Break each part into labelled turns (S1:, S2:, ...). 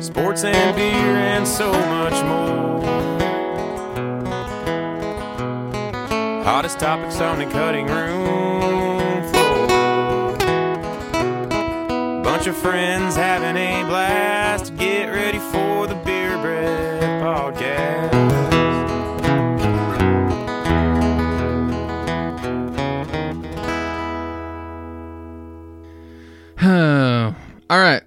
S1: Sports and beer and so much more. Hottest topics on the cutting room floor. Bunch of friends having a blast. Get ready for the Beer Bread Podcast.
S2: Uh, all right.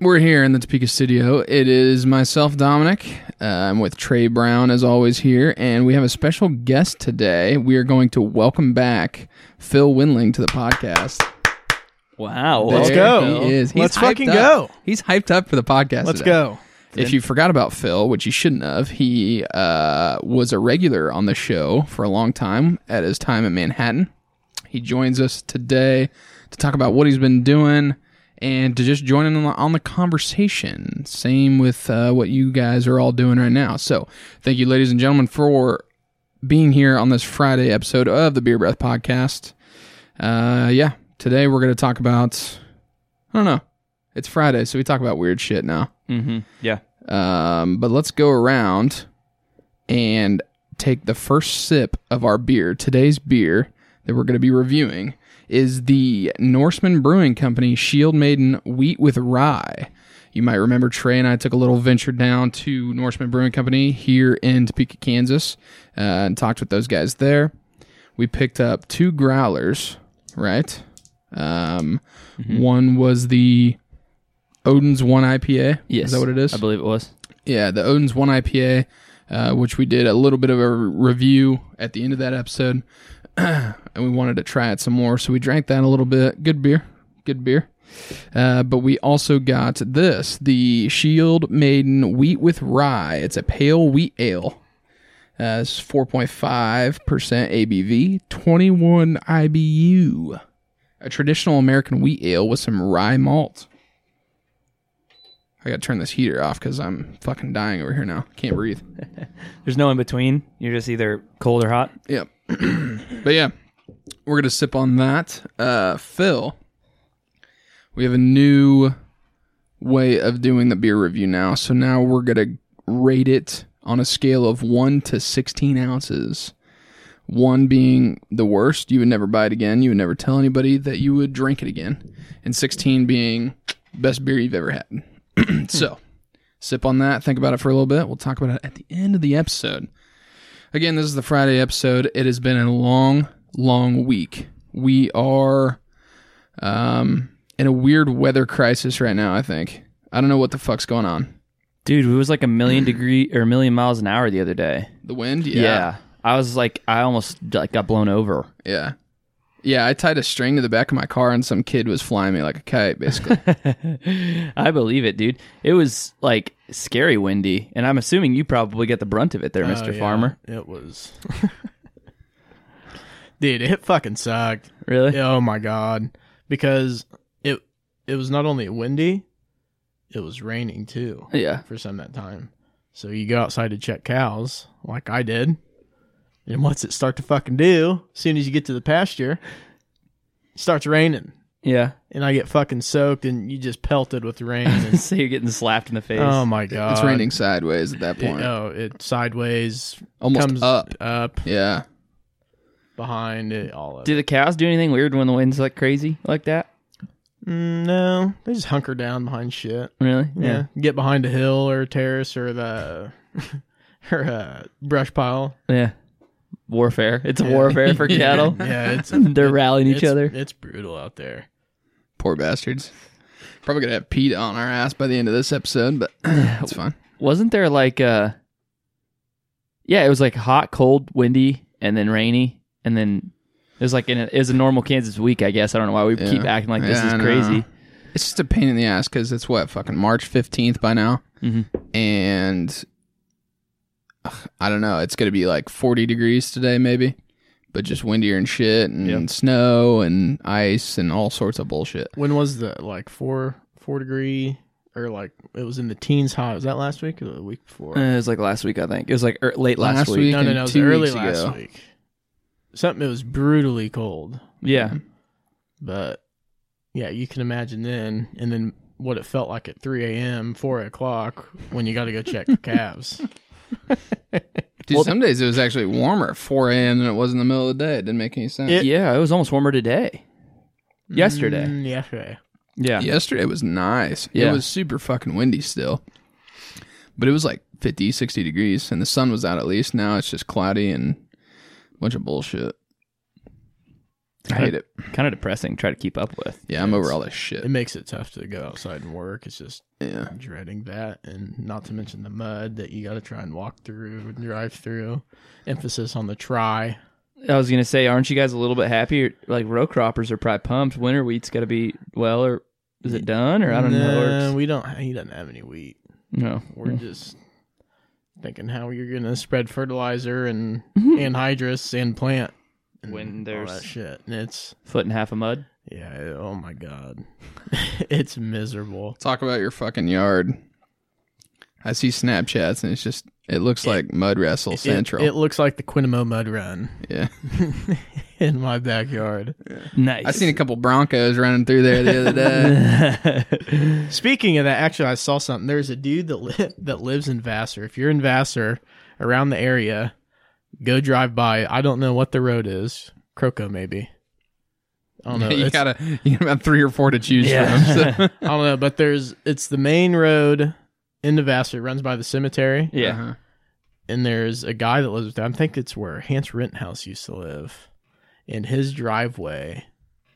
S2: We're here in the Topeka studio. It is myself, Dominic. Uh, I'm with Trey Brown, as always, here, and we have a special guest today. We are going to welcome back Phil Winling to the podcast.
S3: Wow.
S2: There
S4: go.
S2: He is. He's
S4: Let's
S2: hyped
S4: fucking
S2: up.
S4: go.
S2: He's hyped up for the podcast.
S4: Let's
S2: today.
S4: go.
S2: If you forgot about Phil, which you shouldn't have, he uh, was a regular on the show for a long time at his time in Manhattan. He joins us today to talk about what he's been doing and to just join in on the, on the conversation. Same with uh, what you guys are all doing right now. So, thank you, ladies and gentlemen, for being here on this Friday episode of the Beer Breath Podcast. Uh, yeah, today we're going to talk about, I don't know, it's Friday, so we talk about weird shit now.
S3: Mm-hmm. Yeah.
S2: Um, but let's go around and take the first sip of our beer. Today's beer that we're going to be reviewing is the Norseman Brewing Company Shield Maiden Wheat with Rye. You might remember Trey and I took a little venture down to Norseman Brewing Company here in Topeka, Kansas, uh, and talked with those guys there. We picked up two growlers, right? Um,
S3: Mm-hmm.
S2: One was the Odin's One IPA.
S3: Yes.
S2: Is that what it is?
S3: I believe it was.
S2: Yeah, the Odin's One IPA, uh, which we did a little bit of a review at the end of that episode, and we wanted to try it some more, so we drank that a little bit. Good beer, good beer. Uh, but we also got this, the Shield Maiden Wheat with Rye. It's a pale wheat ale. Uh, it's 4.5% ABV, 21 IBU. A traditional American wheat ale with some rye malt. I gotta turn this heater off because I'm fucking dying over here now. Can't breathe.
S3: There's no in between. You're just either cold or hot.
S2: Yep. but yeah, we're gonna sip on that. Uh, Phil, we have a new way of doing the beer review now. So now we're gonna rate it on a scale of one to sixteen ounces. One being the worst, you would never buy it again. You would never tell anybody that you would drink it again, and sixteen being best beer you've ever had. so, sip on that. Think about it for a little bit. We'll talk about it at the end of the episode. Again, this is the Friday episode. It has been a long, long week. We are um, in a weird weather crisis right now, I think. I don't know what the fuck's going on.
S3: Dude, it was like a million degree or a million miles an hour the other day.
S2: The wind? Yeah.
S3: I was like, I almost like got blown over.
S2: Yeah. Yeah. I tied a string to the back of my car and some kid was flying me like a kite, basically.
S3: I believe it, dude. It was like scary windy, and I'm assuming you probably get the brunt of it there, Mr.
S4: Oh, yeah.
S3: Farmer.
S4: It was. Dude, it fucking sucked.
S3: Really?
S4: Oh my god. Because it it was not only windy, it was raining too
S3: Yeah.
S4: for some of that time. So you go outside to check cows, like I did. And what's it start to fucking do? As soon as you get to the pasture, it starts raining.
S3: Yeah.
S4: And I get fucking soaked and you just pelted with rain. And,
S3: so you're getting slapped in the face.
S4: oh my god.
S3: Uh,
S2: it's raining sideways at that
S4: It,
S2: point.
S4: oh, it sideways
S2: Almost
S4: comes
S2: up.
S4: up
S2: Yeah.
S4: behind it, all of
S3: Do
S4: it.
S3: the cows do anything weird when the wind's like crazy like that?
S4: Mm, no, they just hunker down behind shit.
S3: Really?
S4: Yeah. get behind a hill or a terrace or the or a brush pile.
S3: Yeah. Yeah. Warfare. It's a warfare for cattle.
S4: Yeah, it's
S3: They're rallying each
S4: it's-
S3: other.
S4: It's brutal out there.
S2: Poor bastards. Probably going to have Pete on our ass by the end of this episode, but it's fine.
S3: wasn't there like uh yeah it was like hot cold windy and then rainy and then it was like in a, it was a normal kansas week i guess i don't know why we
S2: Yeah.
S3: keep acting like this
S2: Yeah, I
S3: is
S2: know.
S3: crazy
S2: It's just a pain in the ass because it's what fucking March fifteenth by now,
S3: Mhm.
S2: and ugh, I don't know. It's gonna be like forty degrees today, maybe, but just windier and shit, and
S3: Yep.
S2: snow and ice and all sorts of bullshit.
S4: When was the like four four degree or like it was in the teens high? Was that last week or the week before?
S3: Uh, it was like last week i think it was like er, late last,
S2: Last
S3: week.
S2: week.
S4: no, no, no, it was
S2: two
S4: early
S2: weeks
S4: last
S2: ago.
S4: week. Something that was brutally cold,
S3: yeah
S4: but yeah, you can imagine then. And then what it felt like at 3 a.m., 4 o'clock when you got to go check the calves.
S2: Dude, some days it was actually warmer at 4 a.m. than it was in the middle of the day. It didn't make any sense.
S4: It-
S3: yeah, it was almost warmer today. Yesterday.
S4: Mm, yesterday.
S3: yeah.
S2: Yesterday was nice. It
S3: Yeah.
S2: was super fucking windy still. But it was like 50, 60 degrees and the sun was out at least. Now it's just cloudy and a bunch of bullshit. I hate it.
S3: Kind of depressing. to Try to keep up with.
S2: Yeah, I'm over all this shit.
S4: It makes it tough to go outside and work. It's just
S2: Yeah.
S4: dreading that. And not to mention the mud that you got to try and walk through and drive through. Emphasis on the try.
S3: I was gonna say, aren't you guys a little bit happier? Like row croppers are probably pumped. Winter wheat's got to be well, or is it done? Or I don't know. how it
S4: Nah,
S3: works.
S4: We don't, he doesn't have any wheat.
S3: No.
S4: We're just thinking how you're going to spread fertilizer and anhydrous and plant. And
S3: When
S4: all
S3: there's-
S4: that shit. And it's,
S3: foot and a half of mud.
S4: yeah, it- oh my God. it's miserable.
S2: Talk about your fucking yard. I see Snapchats and it's just, it looks like Mud Wrestle
S4: It-
S2: Central.
S4: It, looks like the Quinnamo Mud Run
S2: yeah.
S4: in my backyard.
S3: Nice.
S2: I seen a couple Broncos running through there the other day.
S4: Speaking of that, actually, I saw something. There's a dude that li- that lives in Vassar. If you're in Vassar, around the area, go drive by. I don't know what the road is. Croco, maybe. I don't know.
S2: you
S4: It's-
S2: got to you got about three or four to choose from. So.
S3: yeah.
S4: I don't know, but there's it's the main road into Vassar. It runs by the cemetery,
S3: yeah.
S2: Uh-huh.
S4: and there's a guy that lives there. I think it's where Hans Renthouse used to live. In his driveway,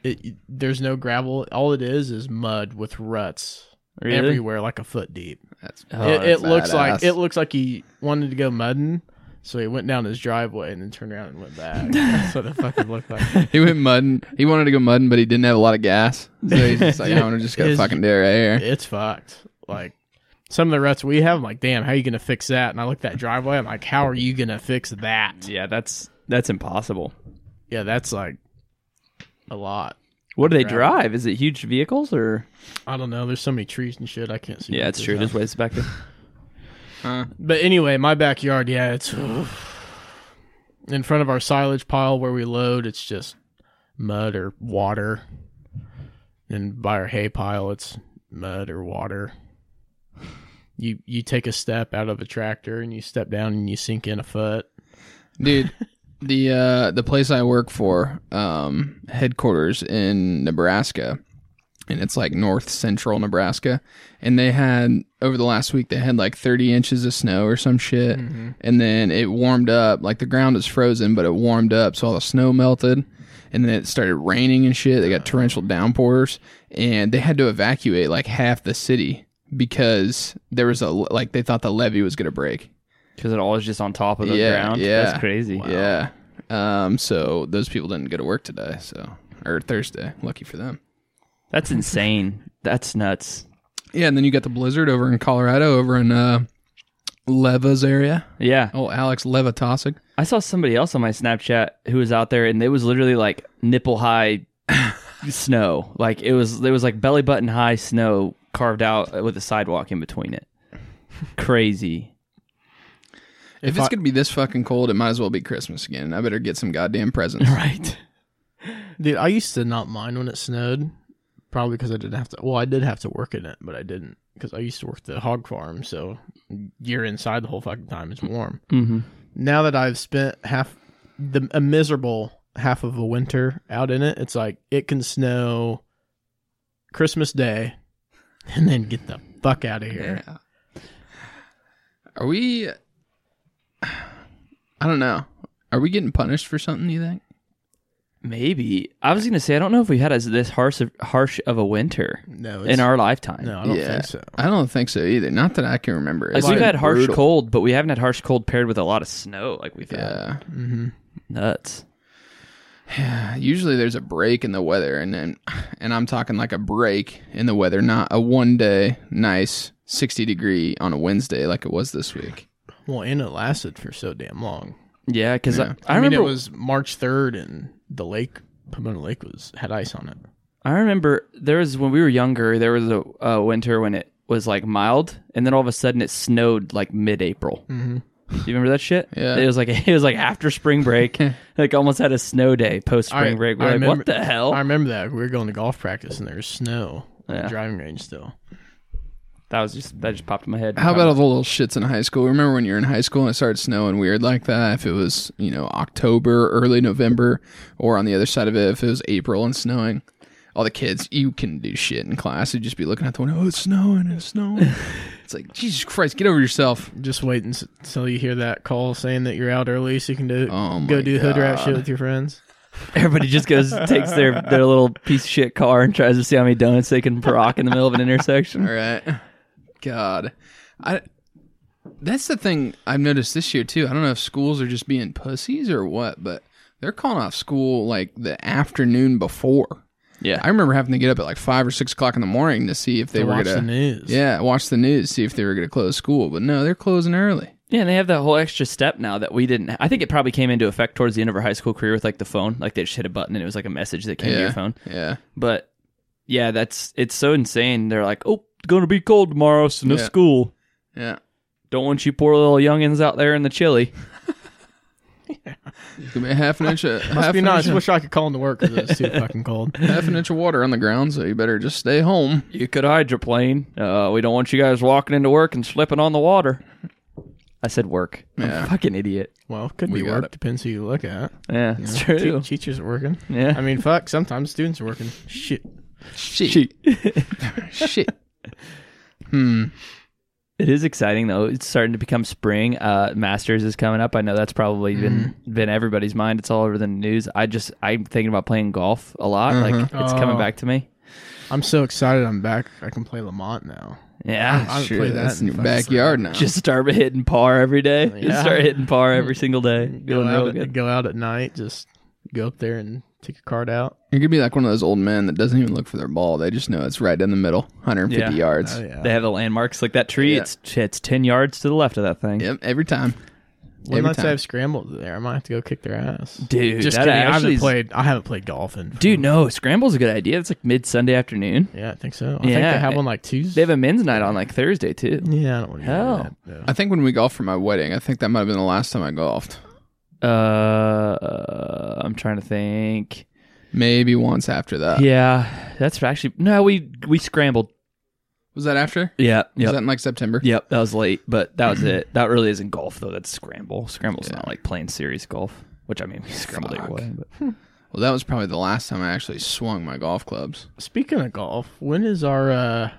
S4: it, there's no gravel. All it is is mud with ruts
S3: Really?
S4: everywhere, like a foot deep.
S2: That's,
S3: Oh,
S4: it
S2: that's
S4: it looks
S2: badass.
S4: like it looks like he wanted to go mudding, so he went down his driveway and then turned around and went back. That's what it fucking looked like.
S2: He went mudding. He wanted to go mudding, but he didn't have a lot of gas. So he's just like, I'm just gonna
S4: His-
S2: fucking do it right here.
S4: It's fucked. Like some of the ruts we have, I'm like, damn, how are you gonna fix that? And I look at that driveway, I'm like, how are you gonna fix that?
S3: Yeah, that's that's impossible.
S4: Yeah, that's like a lot.
S3: What do they
S4: Gravel.
S3: drive? Is it huge vehicles or?
S4: I don't know. There's so many trees and shit. I can't see.
S3: Yeah,
S4: what
S3: it's
S4: they're
S3: true.
S4: driving.
S3: There's ways back there.
S4: But anyway, my backyard, yeah, it's in front of our silage pile where we load. It's just mud or water, and by our hay pile, it's mud or water. You you take a step out of a tractor and you step down and you sink in a foot.
S2: Dude, the uh the place I work for, um, headquarters in Nebraska, and it's like north central Nebraska. And they had over the last week they had like thirty inches of snow or some shit. And then it warmed up, like the ground was frozen, but it warmed up, so all the snow melted. And then it started raining and shit. They got torrential downpours, and they had to evacuate like half the city because there was a like they thought the levee was gonna break.
S3: Because it all is just on top of the
S2: Yeah,
S3: ground.
S2: yeah.
S3: That's crazy.
S2: Yeah. Um, so those people didn't go to work today, so or Thursday. Lucky for them.
S3: That's insane. That's nuts.
S2: Yeah, and then you got the blizzard over in Colorado, over in uh, Leva's area.
S3: Yeah.
S2: Oh, Alex Levatosic.
S3: I saw somebody else on my Snapchat who was out there and it was literally like nipple high snow. Like it was there was like belly button high snow carved out with a sidewalk in between it. Crazy.
S2: If,
S4: If
S2: it's
S4: I-
S2: gonna be this fucking cold, it might as well be Christmas again. I better get some goddamn presents.
S3: Right.
S4: Dude, I used to not mind when it snowed, probably because I didn't have to. Well, I did have to work in it, but I didn't because I used to work the hog farm, so you're inside the whole fucking time. It's warm.
S3: Mm-hmm.
S4: now that I've spent half the a miserable half of a winter out in it, it's like it can snow Christmas Day and then get the fuck out of here.
S2: Yeah. Are we? I don't know. Are we getting punished for something? You think?
S3: Maybe. I was gonna say I don't know if we had as this harsh of, harsh of a winter
S4: No, it's,
S3: in our lifetime.
S4: no, I don't
S2: Yeah.
S4: think so.
S2: I don't think so either. Not that I can remember.
S3: Like
S2: It's
S3: we've
S2: been
S3: had harsh
S2: brutal.
S3: cold, but we haven't had harsh cold paired with a lot of snow like we've had.
S2: Yeah.
S4: hmm
S3: Nuts.
S2: usually there's a break in the weather and then and i'm talking like a break in the weather not a one day nice 60 degree on a wednesday like it was this week
S4: Well, and it lasted for so damn long.
S3: Yeah, because
S2: Yeah.
S3: I, I,
S4: I, mean,
S3: remember
S4: it was March third, and the lake, Pomona Lake, was had ice on it.
S3: I remember there was when we were younger. There was a, a winter when it was like mild, and then all of a sudden it snowed like mid-April. Mm-hmm. Do you remember that shit?
S2: Yeah.
S3: it was like it was like after spring break, like almost had a snow day post
S4: I-
S3: spring break. We're
S4: I
S3: like,
S4: remember-
S3: what the hell?
S4: I remember that we were going to golf practice, and there was snow at
S3: Yeah.
S4: the driving range still.
S3: That was just that just popped in my head.
S2: How about all the little shits in high school? Remember when you were in high school and it started snowing weird like that? If it was, you know, October, early November, or on the other side of it, if it was April and snowing, all the kids, you can do shit in class. You'd just be looking at the window, oh, it's snowing, it's snowing. it's like, Jesus Christ, get over yourself.
S4: Just wait until until you hear that call saying that you're out early so you can do
S2: Oh my
S4: go do hood rat
S2: God.
S4: shit with your friends.
S3: everybody just goes takes their their little piece of shit car and tries to see how many donuts they can rock in the middle of an intersection?
S2: All right. God. I. That's the thing I've noticed this year too. I don't know if schools are just being pussies or what, but they're calling off school like the afternoon before.
S3: Yeah.
S2: I remember having to get up at like five or six o'clock in the morning to see if they
S4: To
S2: were
S4: watch
S2: gonna
S4: the news.
S2: yeah watch the news, see if they were gonna close school. But no, they're closing early.
S3: Yeah, and they have that whole extra step now that we didn't. I think it probably came into effect towards the end of our high school career with like the phone. Like they just hit a button and it was like a message that came
S2: yeah,
S3: to your phone.
S2: yeah.
S3: But yeah, that's it's so insane. They're like, oh, it's gonna be cold tomorrow, so no
S2: Yeah.
S3: school.
S2: Yeah,
S3: Don't want you poor little youngins out there in the chilly.
S2: give me a half an inch of
S4: Must
S2: half
S4: be
S2: an,
S4: nice.
S2: inch
S4: I
S2: of,
S4: wish I could call into work because it's too fucking cold.
S2: half an inch of water on the ground, so you better just stay home.
S3: You could hydroplane. Uh, we don't want you guys walking into work and slipping on the water. I said work. I'm a
S2: Yeah.
S3: fucking idiot.
S4: Well, could
S2: We
S4: be
S2: got
S4: work.
S2: it.
S4: Depends who you look at.
S3: Yeah, it's
S4: Te-
S3: true.
S4: teachers are working.
S3: Yeah.
S4: I mean, fuck. Sometimes students are working. Shit.
S2: Shit, shit.
S3: It is exciting though. It's starting to become spring. Uh, Masters is coming up. I know that's probably been been everybody's mind. It's all over the news. I just I'm thinking about playing golf a lot. Like it's coming
S4: Oh.
S3: back to me.
S4: I'm so excited. I'm back. I can play Lamont now.
S3: Yeah,
S4: I haven't
S2: Sure,
S4: played that
S2: that's in your
S4: fucking forever.
S2: backyard now.
S3: just start hitting par every day. Just
S4: Yeah.
S3: start hitting par every single day. Feeling
S4: out
S3: real
S4: at,
S3: good.
S4: go out at night. Just go up there and take a card out.
S2: You're gonna be like one of those old men that doesn't even look for their ball. They just know it's right down the middle, 150
S3: Yeah.
S2: yards.
S4: Oh yeah.
S3: They have the landmarks like that tree.
S2: Yeah.
S3: It's it's ten yards to the left of that thing.
S2: Yep, every time.
S4: When
S2: every
S4: last
S2: time.
S4: I've scrambled there, I might have to go kick their ass.
S3: Dude,
S4: just
S3: that
S4: kidding. I
S3: actually
S4: haven't
S3: is-
S4: played. I haven't played golf in.
S3: Dude, no, scramble's a good idea. It's like mid Sunday afternoon.
S4: Yeah, I think so. I think
S3: Yeah.
S4: they have one like Tuesday.
S3: They have a men's night on like Thursday too.
S4: yeah, I don't want to
S3: Hell.
S4: do that. though.
S2: I think when we golfed for my wedding, I think that might have been the last time I golfed.
S3: Uh, uh I'm trying to think.
S2: Maybe once after that.
S3: Yeah, that's actually no. We we scrambled.
S2: Was that after?
S3: Yeah,
S2: Was
S3: yeah,
S2: that in like September?
S3: yep. That was late, but that was it. That really isn't golf though. That's scramble. Scramble's not like playing serious golf, which I mean, we scrambled
S2: Fuck.
S3: either way. But.
S2: Well, that was probably the last time I actually swung my golf clubs.
S4: Speaking of golf, when is our uh,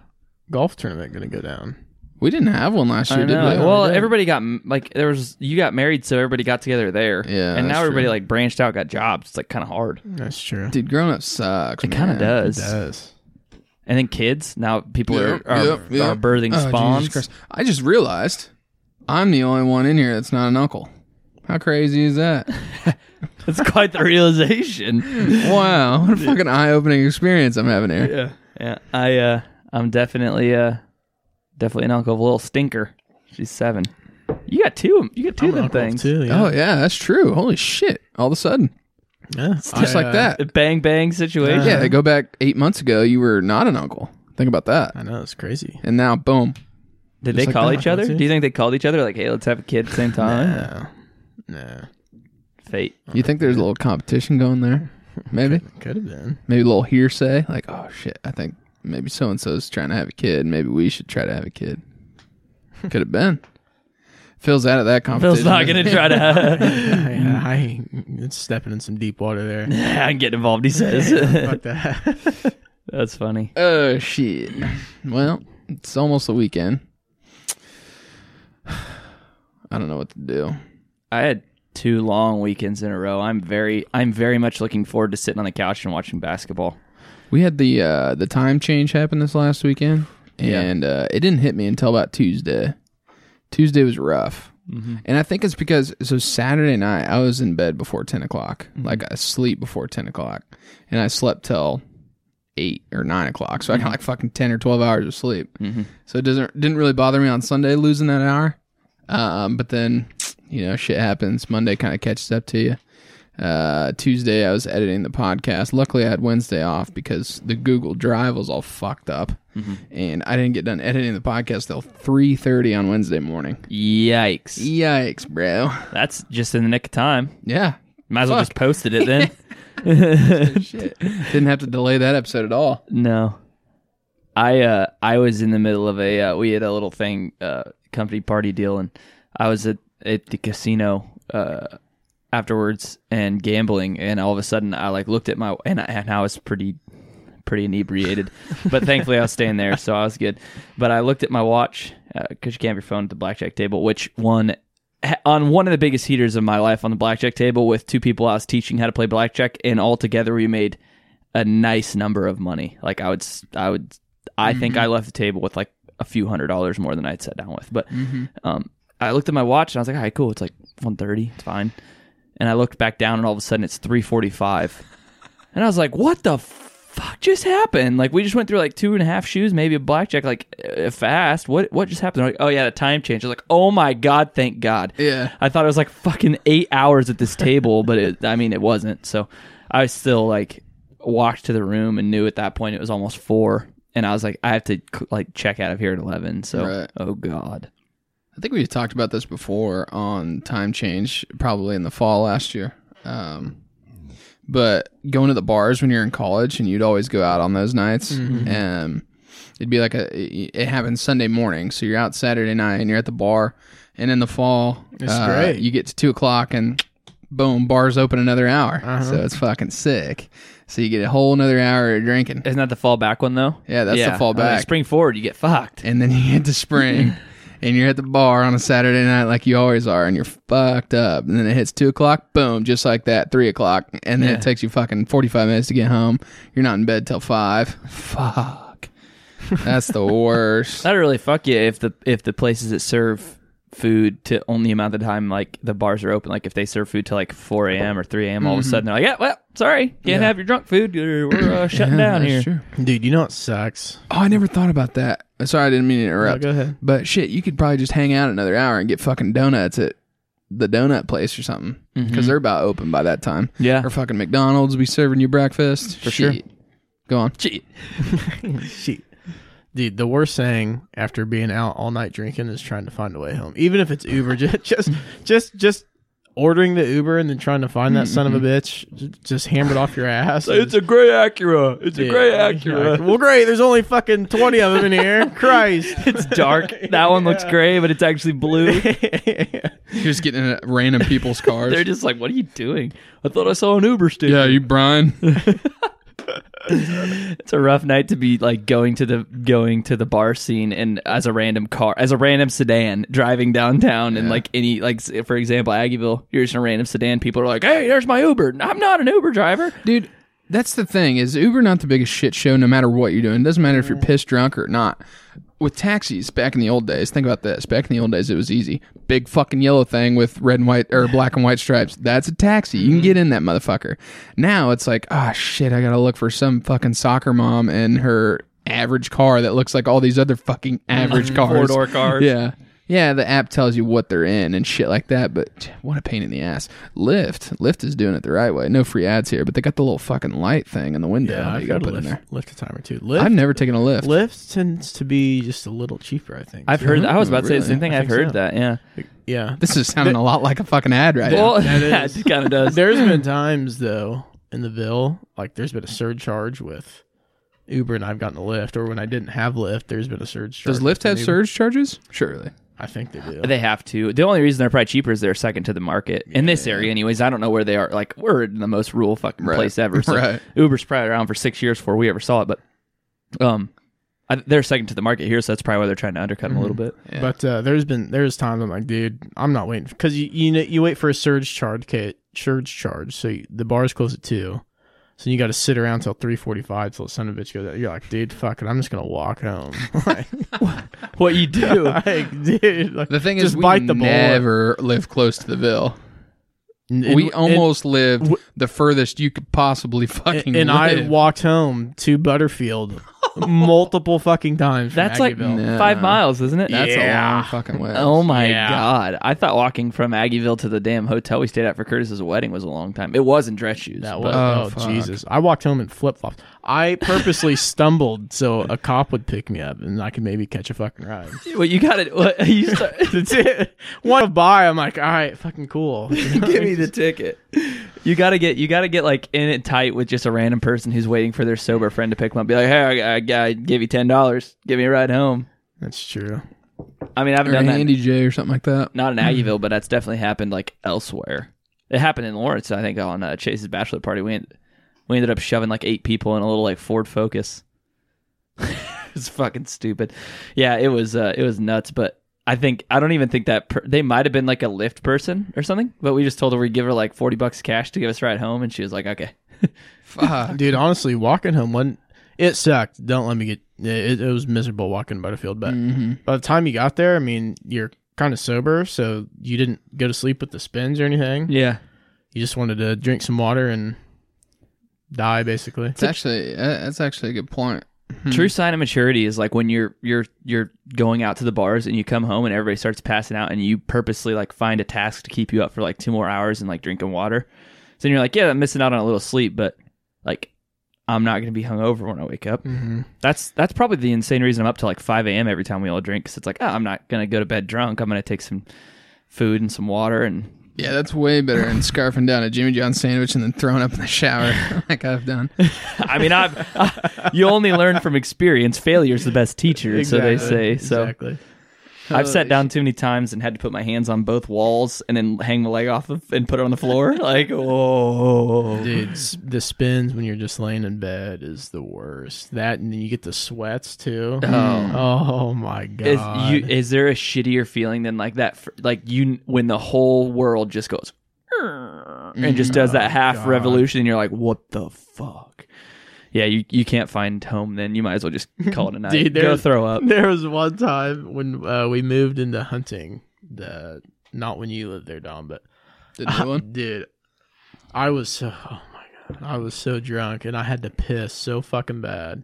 S4: golf tournament going to go down?
S2: We didn't have one last year,
S3: I know.
S2: did we?
S3: Well, everybody got m- like there was you got married, so everybody got together there.
S2: Yeah,
S3: and
S2: that's
S3: now everybody
S2: true.
S3: like branched out, got jobs. It's like kind of hard.
S4: That's true.
S2: Dude, grown up sucks.
S3: It kind of does.
S4: does.
S3: And then kids now people
S2: Yep,
S3: are are,
S2: yep,
S3: are
S2: yep.
S3: birthing
S2: Oh, Jesus
S3: spawns.
S2: Christ. I just realized I'm the only one in here that's not an uncle. How crazy is that?
S3: That's quite the realization.
S2: wow, what a fucking eye-opening experience I'm having here.
S3: Yeah. Yeah. I uh I'm definitely uh definitely an uncle of a little stinker. She's seven. You got two you got two of them things.
S4: too. Yeah.
S2: Oh yeah, that's true. Holy shit! All of a sudden,
S4: yeah.
S2: just
S4: I,
S2: like
S4: uh,
S2: that.
S3: A bang bang situation.
S2: yeah, they go back eight months ago. You were not an uncle. Think about that.
S4: I know it's crazy.
S2: And now, boom.
S3: Did they
S2: like
S3: call
S2: that.
S3: each other?
S4: That's it.
S3: Do you think they called each other like, hey, let's have a kid at the same time?
S4: Yeah. Nah,
S3: Fate.
S2: You think there's a little competition going there? Maybe,
S4: could have been.
S2: maybe a little hearsay. Like, oh shit, I think maybe so and so's trying to have a kid. Maybe we should try to have a kid. Could have been. Phil's out of that competition.
S3: Phil's not gonna try to
S4: Yeah, I it's stepping in some deep water there.
S3: get involved, he says.
S4: Fuck that.
S3: That's funny.
S2: Oh shit. Well, it's almost the weekend. I don't know what to do.
S3: I had two long weekends in a row. I'm very I'm very much looking forward to sitting on the couch and watching basketball.
S2: We had the uh, the time change happen this last weekend,
S3: Yeah.
S2: and uh, it didn't hit me until about Tuesday. Tuesday was rough, and I think it's because so Saturday night I was in bed before ten o'clock, like I sleep before ten o'clock, and I slept till eight or nine o'clock, so I got like fucking ten or twelve hours of sleep. So it doesn't didn't really bother me on Sunday losing that hour, um, but then you know shit happens. Monday kind of catches up to you uh, Tuesday I was editing the podcast. Luckily, I had Wednesday off because the Google Drive was all fucked up, and I didn't get done editing the podcast till three thirty on Wednesday morning.
S3: Yikes.
S2: Yikes, bro!
S3: That's just in the nick of time.
S2: Yeah,
S3: Might as well
S2: Fuck.
S3: just posted it then.
S2: didn't have to delay that episode at all.
S3: No. I uh I was in the middle of a uh, we had a little thing uh company party deal and I was at at the casino uh afterwards and gambling and all of a sudden I like looked at my and I, and I was pretty pretty inebriated but thankfully I was staying there so I was good but I looked at my watch because you can't have your phone at the blackjack table which one ha- on one of the biggest heaters of my life on the blackjack table with two people I was teaching how to play blackjack and all together we made a nice number of money. Like I would, s- I would, I think I left the table with like a few hundred dollars more than I'd sat down with. But um, I looked at my watch and I was like, "All right, cool. It's like one thirty. It's fine." And I looked back down and all of a sudden it's three forty-five, and I was like, "What the fuck just happened?" Like we just went through like two and a half shoes, maybe a blackjack, like uh, fast. What what just happened? They're like, oh yeah, the time change. I was like, "Oh my god, thank God."
S2: Yeah.
S3: I thought it was like fucking eight hours at this table, but it, I mean, it wasn't. So I was still like walked to the room and knew at that point it was almost four. And I was like, I have to like check out of here at 11. So,
S2: Right.
S3: oh God.
S2: I think we talked about this before on time change, probably in the fall last year. Um, but going to the bars when you're in college, and you'd always go out on those nights. Um, it'd be like a it it happens Sunday morning, so you're out Saturday night and you're at the bar. And in the fall, uh,
S4: It's great.
S2: You get to two o'clock and boom, bars open another hour, so it's fucking sick. So you get a whole another hour of drinking.
S3: Isn't that the fallback one though?
S2: Yeah, that's the fallback.
S3: I mean, spring forward, you get fucked.
S2: and then you hit the spring and you're at the bar on a Saturday night like you always are and you're fucked up and then it hits two o'clock boom just like that three o'clock and then it takes you fucking 45 minutes to get home you're not in bed till five fuck that's the worst
S3: That'd really fuck you if the if the places that serve food to only amount of time like the bars are open. Like if they serve food to like 4 a.m. or 3 a.m.,
S2: Mm-hmm.
S3: all of a sudden they're like, yeah, well, sorry, can't have your drunk food. We're uh, shutting down
S2: That's
S3: here.
S2: true.
S4: Dude, you know what sucks?
S2: oh I never thought about that sorry I didn't mean to interrupt
S4: go ahead.
S2: but shit you could probably just hang out another hour and get fucking donuts at the donut place or something because they're about open by that time
S3: Mm-hmm. Yeah.
S2: or fucking McDonald's be serving you breakfast for
S3: sure.
S2: go on
S4: Shit. Dude, the worst thing after being out all night drinking is trying to find a way home. Even if it's Uber, just just just just ordering the Uber and then trying to find that son of a bitch, j- just hammered off your ass.
S3: a gray Acura. It's a gray
S4: Like, well, great. There's only fucking twenty of them in here. Christ.
S3: It's dark. That one looks gray, but it's actually blue.
S2: You're just getting in random people's cars.
S3: They're just like, "What are you doing?" I thought I saw an Uber sticker.
S2: yeah, you Brian.
S3: It's a rough night to be like going to the going to the bar scene and as a random car, as a random sedan driving downtown and like any like s- for example Aggieville, you're just in a random sedan. People are like, "Hey, there's my Uber." I'm not an Uber driver.
S2: Dude, that's the thing is Uber not the biggest shit show no matter what you're doing. It doesn't matter if you're pissed drunk or not. With taxis back in the old days, think about this. Back in the old days it was easy. Big fucking yellow thing with red and white or black and white stripes. That's a taxi.
S3: Mm-hmm.
S2: You can get in that motherfucker. Now it's like, ah shit, I gotta look for some fucking soccer mom and her average car that looks like all these other fucking average cars.
S3: Mm-hmm. Four-door cars.
S2: Yeah. Yeah, the app tells you what they're in and shit like that, but what a pain in the ass. Lyft, Lyft is doing it the right way. No free ads here, but they got the little fucking light thing in the window that you got to put in there.
S4: lift a time or two.
S2: I've
S4: Lift
S2: never taken a Lyft.
S4: lift tends to be just a little cheaper, I think.
S3: I've heard. I was about to say the
S2: Really?
S3: same thing.
S4: I
S3: I've
S4: think
S3: heard
S4: so.
S3: that. Yeah.
S4: yeah.
S2: This is sounding a lot like a fucking ad right
S3: Well,
S2: now.
S3: yeah, it kind of does.
S4: There's been times though in the bill, like there's been a surcharge with Uber, and I've gotten a Lyft, or when I didn't have Lyft, there's been a surge.
S2: Does
S4: charge
S2: Lyft have
S4: with Uber.
S2: surge charges? Surely.
S4: I think they do.
S3: They have to. The only reason they're probably cheaper is they're second to the market in this area, anyways. I don't know where they are. Like we're in the most rural fucking
S2: Right.
S3: place ever. So
S2: Right.
S3: Uber's probably around for six years before we ever saw it, but um, I, they're second to the market here, so that's probably why they're trying to undercut them a little bit.
S4: But uh, there's been there's times I'm like, dude, I'm not waiting because you you know, you wait for a surge charge, kit, surge charge. So you, the bars close at two, so you got to sit around till three forty five till the son of a bitch goes. out. You're like, dude, fuck it, I'm just gonna walk home. like,
S3: What you do?
S4: like, dude, like,
S2: The thing
S4: just
S2: is, we
S4: bite the bullet.
S2: never live close to the Ville.
S4: And- and-
S2: we
S4: and-
S2: almost lived the furthest you could possibly fucking
S4: and I
S2: live.
S4: walked home to Butterfield multiple fucking times. from
S3: That's like
S4: Aggieville.
S3: five miles, isn't it?
S2: That's
S4: Yeah.
S2: a long fucking way.
S3: Oh my
S4: Yeah.
S3: god! I thought walking from Aggieville to the damn hotel we stayed at for Curtis's wedding was a long time. It was in dress shoes.
S4: that
S3: but-
S4: was
S2: Oh,
S4: oh,
S2: fuck.
S4: Jesus! I walked home in flip flops. I purposely stumbled so a cop would pick me up and I could maybe catch a fucking ride.
S3: Well, you got it. You start,
S4: That's it. Want to buy? I'm like, all right, fucking cool.
S3: give me the ticket. You gotta get you gotta get like in it tight with just a random person who's waiting for their sober friend to pick them up. Be like, hey, I, I, I gave you ten dollars. Give me a ride home.
S4: That's true.
S3: I mean, I haven't
S2: or
S3: done
S2: Andy J or something like that.
S3: that not in Aggieville, but that's definitely happened like elsewhere. It happened in Lawrence, I think, on uh, Chase's bachelor party. We en- we ended up shoving like eight people in a little like Ford Focus. it's fucking stupid. Yeah, it was uh, it was nuts, but. I think I don't even think that per- they might have been like a lift person or something, but we just told her we'd give her like forty bucks cash to give us a ride home, and she was like, "Okay."
S2: Fuck.
S4: Dude, honestly, walking home wasn't. It sucked. Don't let me get. It, it was miserable walking Butterfield, but
S2: Mm. Mm-hmm.
S4: by the time you got there, I mean, you're kind of sober, so you didn't go to sleep with the spins or anything.
S3: Yeah,
S4: You just wanted to drink some water and die, basically.
S2: It's actually uh, that's actually a good point.
S4: Hmm.
S3: True sign of maturity is like when you're you're you're going out to the bars and you come home and everybody starts passing out and you purposely like find a task to keep you up for like two more hours and like drinking water. So then you're like, yeah, I'm missing out on a little sleep, but like I'm not gonna be hungover when I wake up.
S4: Mm-hmm.
S3: That's that's probably the insane reason I'm up till like 5 a.m. every time we all drink because it's like, oh, I'm not gonna go to bed drunk. I'm gonna take some food and some water and
S2: Yeah, that's way better than scarfing down a Jimmy John sandwich and then throwing up in the shower like I've done.
S3: I mean, I've you only learn from experience. Failure's the best teacher, so they say. So.
S4: Exactly.
S3: I've sat down too many times and had to put my hands on both walls and then hang my leg off of and put it on the floor. Like, oh,
S4: Dude, s- the spins when you're just laying in bed is the worst. That and then you get the sweats too.
S3: Oh.
S4: Oh my
S3: is,
S4: god.
S3: you, is there a shittier feeling than like that? fr- Like you, when the whole world just goes and just does that half
S4: Mm-hmm. Oh, God.
S3: revolution, and you're like, what the fuck? Yeah, you, you can't find home. Then you might as well just call it a night.
S4: Dude,
S3: Go
S4: there's-
S3: throw up.
S4: there was one time when uh, we moved into hunting. The not when you lived there, Dom, but
S2: Did that one?
S4: dude, I was so oh my god, I was so drunk and I had to piss so fucking bad.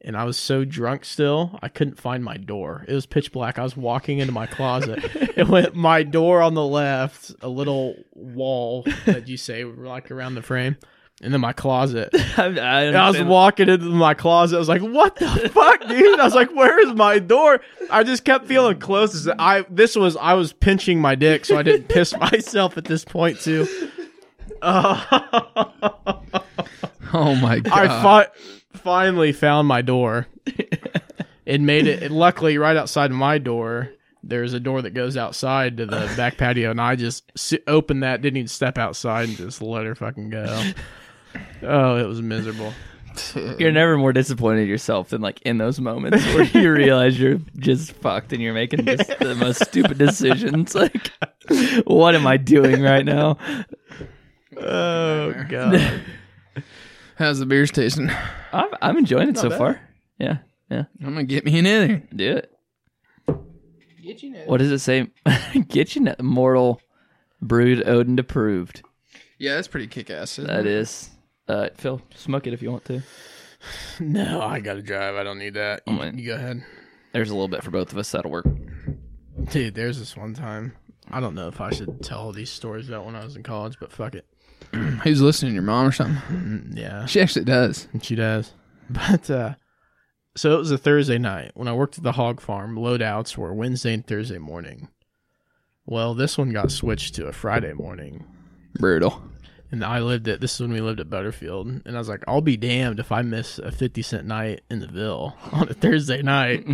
S4: And I was so drunk still, I couldn't find my door. It was pitch black. I was walking into my closet. it went my door on the left, a little wall that you say like around the frame, and then my closet.
S3: I, I
S4: And I was
S3: understand.
S4: walking into my closet. I was like, "What the fuck, dude?" I was like, "Where is my door?" I just kept feeling close. As I this was I was pinching my dick, so I didn't piss myself at this point too. Uh,
S2: Oh my god!
S4: I fi- finally found my door. It made it. Luckily, right outside my door, there's a door that goes outside to the back patio, and I just si- opened that. Didn't even step outside and just let her fucking go. Oh, it was miserable.
S3: You're never more disappointed in yourself than like in those moments where you realize you're just fucked and you're making just the most stupid decisions. Like, what am I doing right now?
S4: Oh god.
S2: How's the beer's tasting? I'm
S3: I'm, I'm enjoying it so far. Yeah, yeah,
S2: gonna get me another.
S3: do it. What does it say? Get you mortal brood Odin approved.
S2: Yeah, that's pretty kick ass.
S3: That is. Uh, Phil, smoke it if you want to.
S4: No, I gotta drive. I don't need that. You,
S3: man.
S4: you go ahead.
S3: There's a little bit for both of us. That'll work.
S4: Dude, there's this one time. I don't know if I should tell all these stories about when I was in college, but fuck it. Mm,
S2: Who's listening? Your mom or something?
S4: Yeah.
S2: She actually does.
S4: She does. But uh so it was a Thursday night when I worked at the hog farm. Loadouts were Wednesday and Thursday morning. Well, this one got switched to a Friday morning.
S2: Brutal.
S4: And I lived at this is when we lived at Butterfield. And I was like, I'll be damned if I miss a 50 cent night in the Ville on a Thursday night.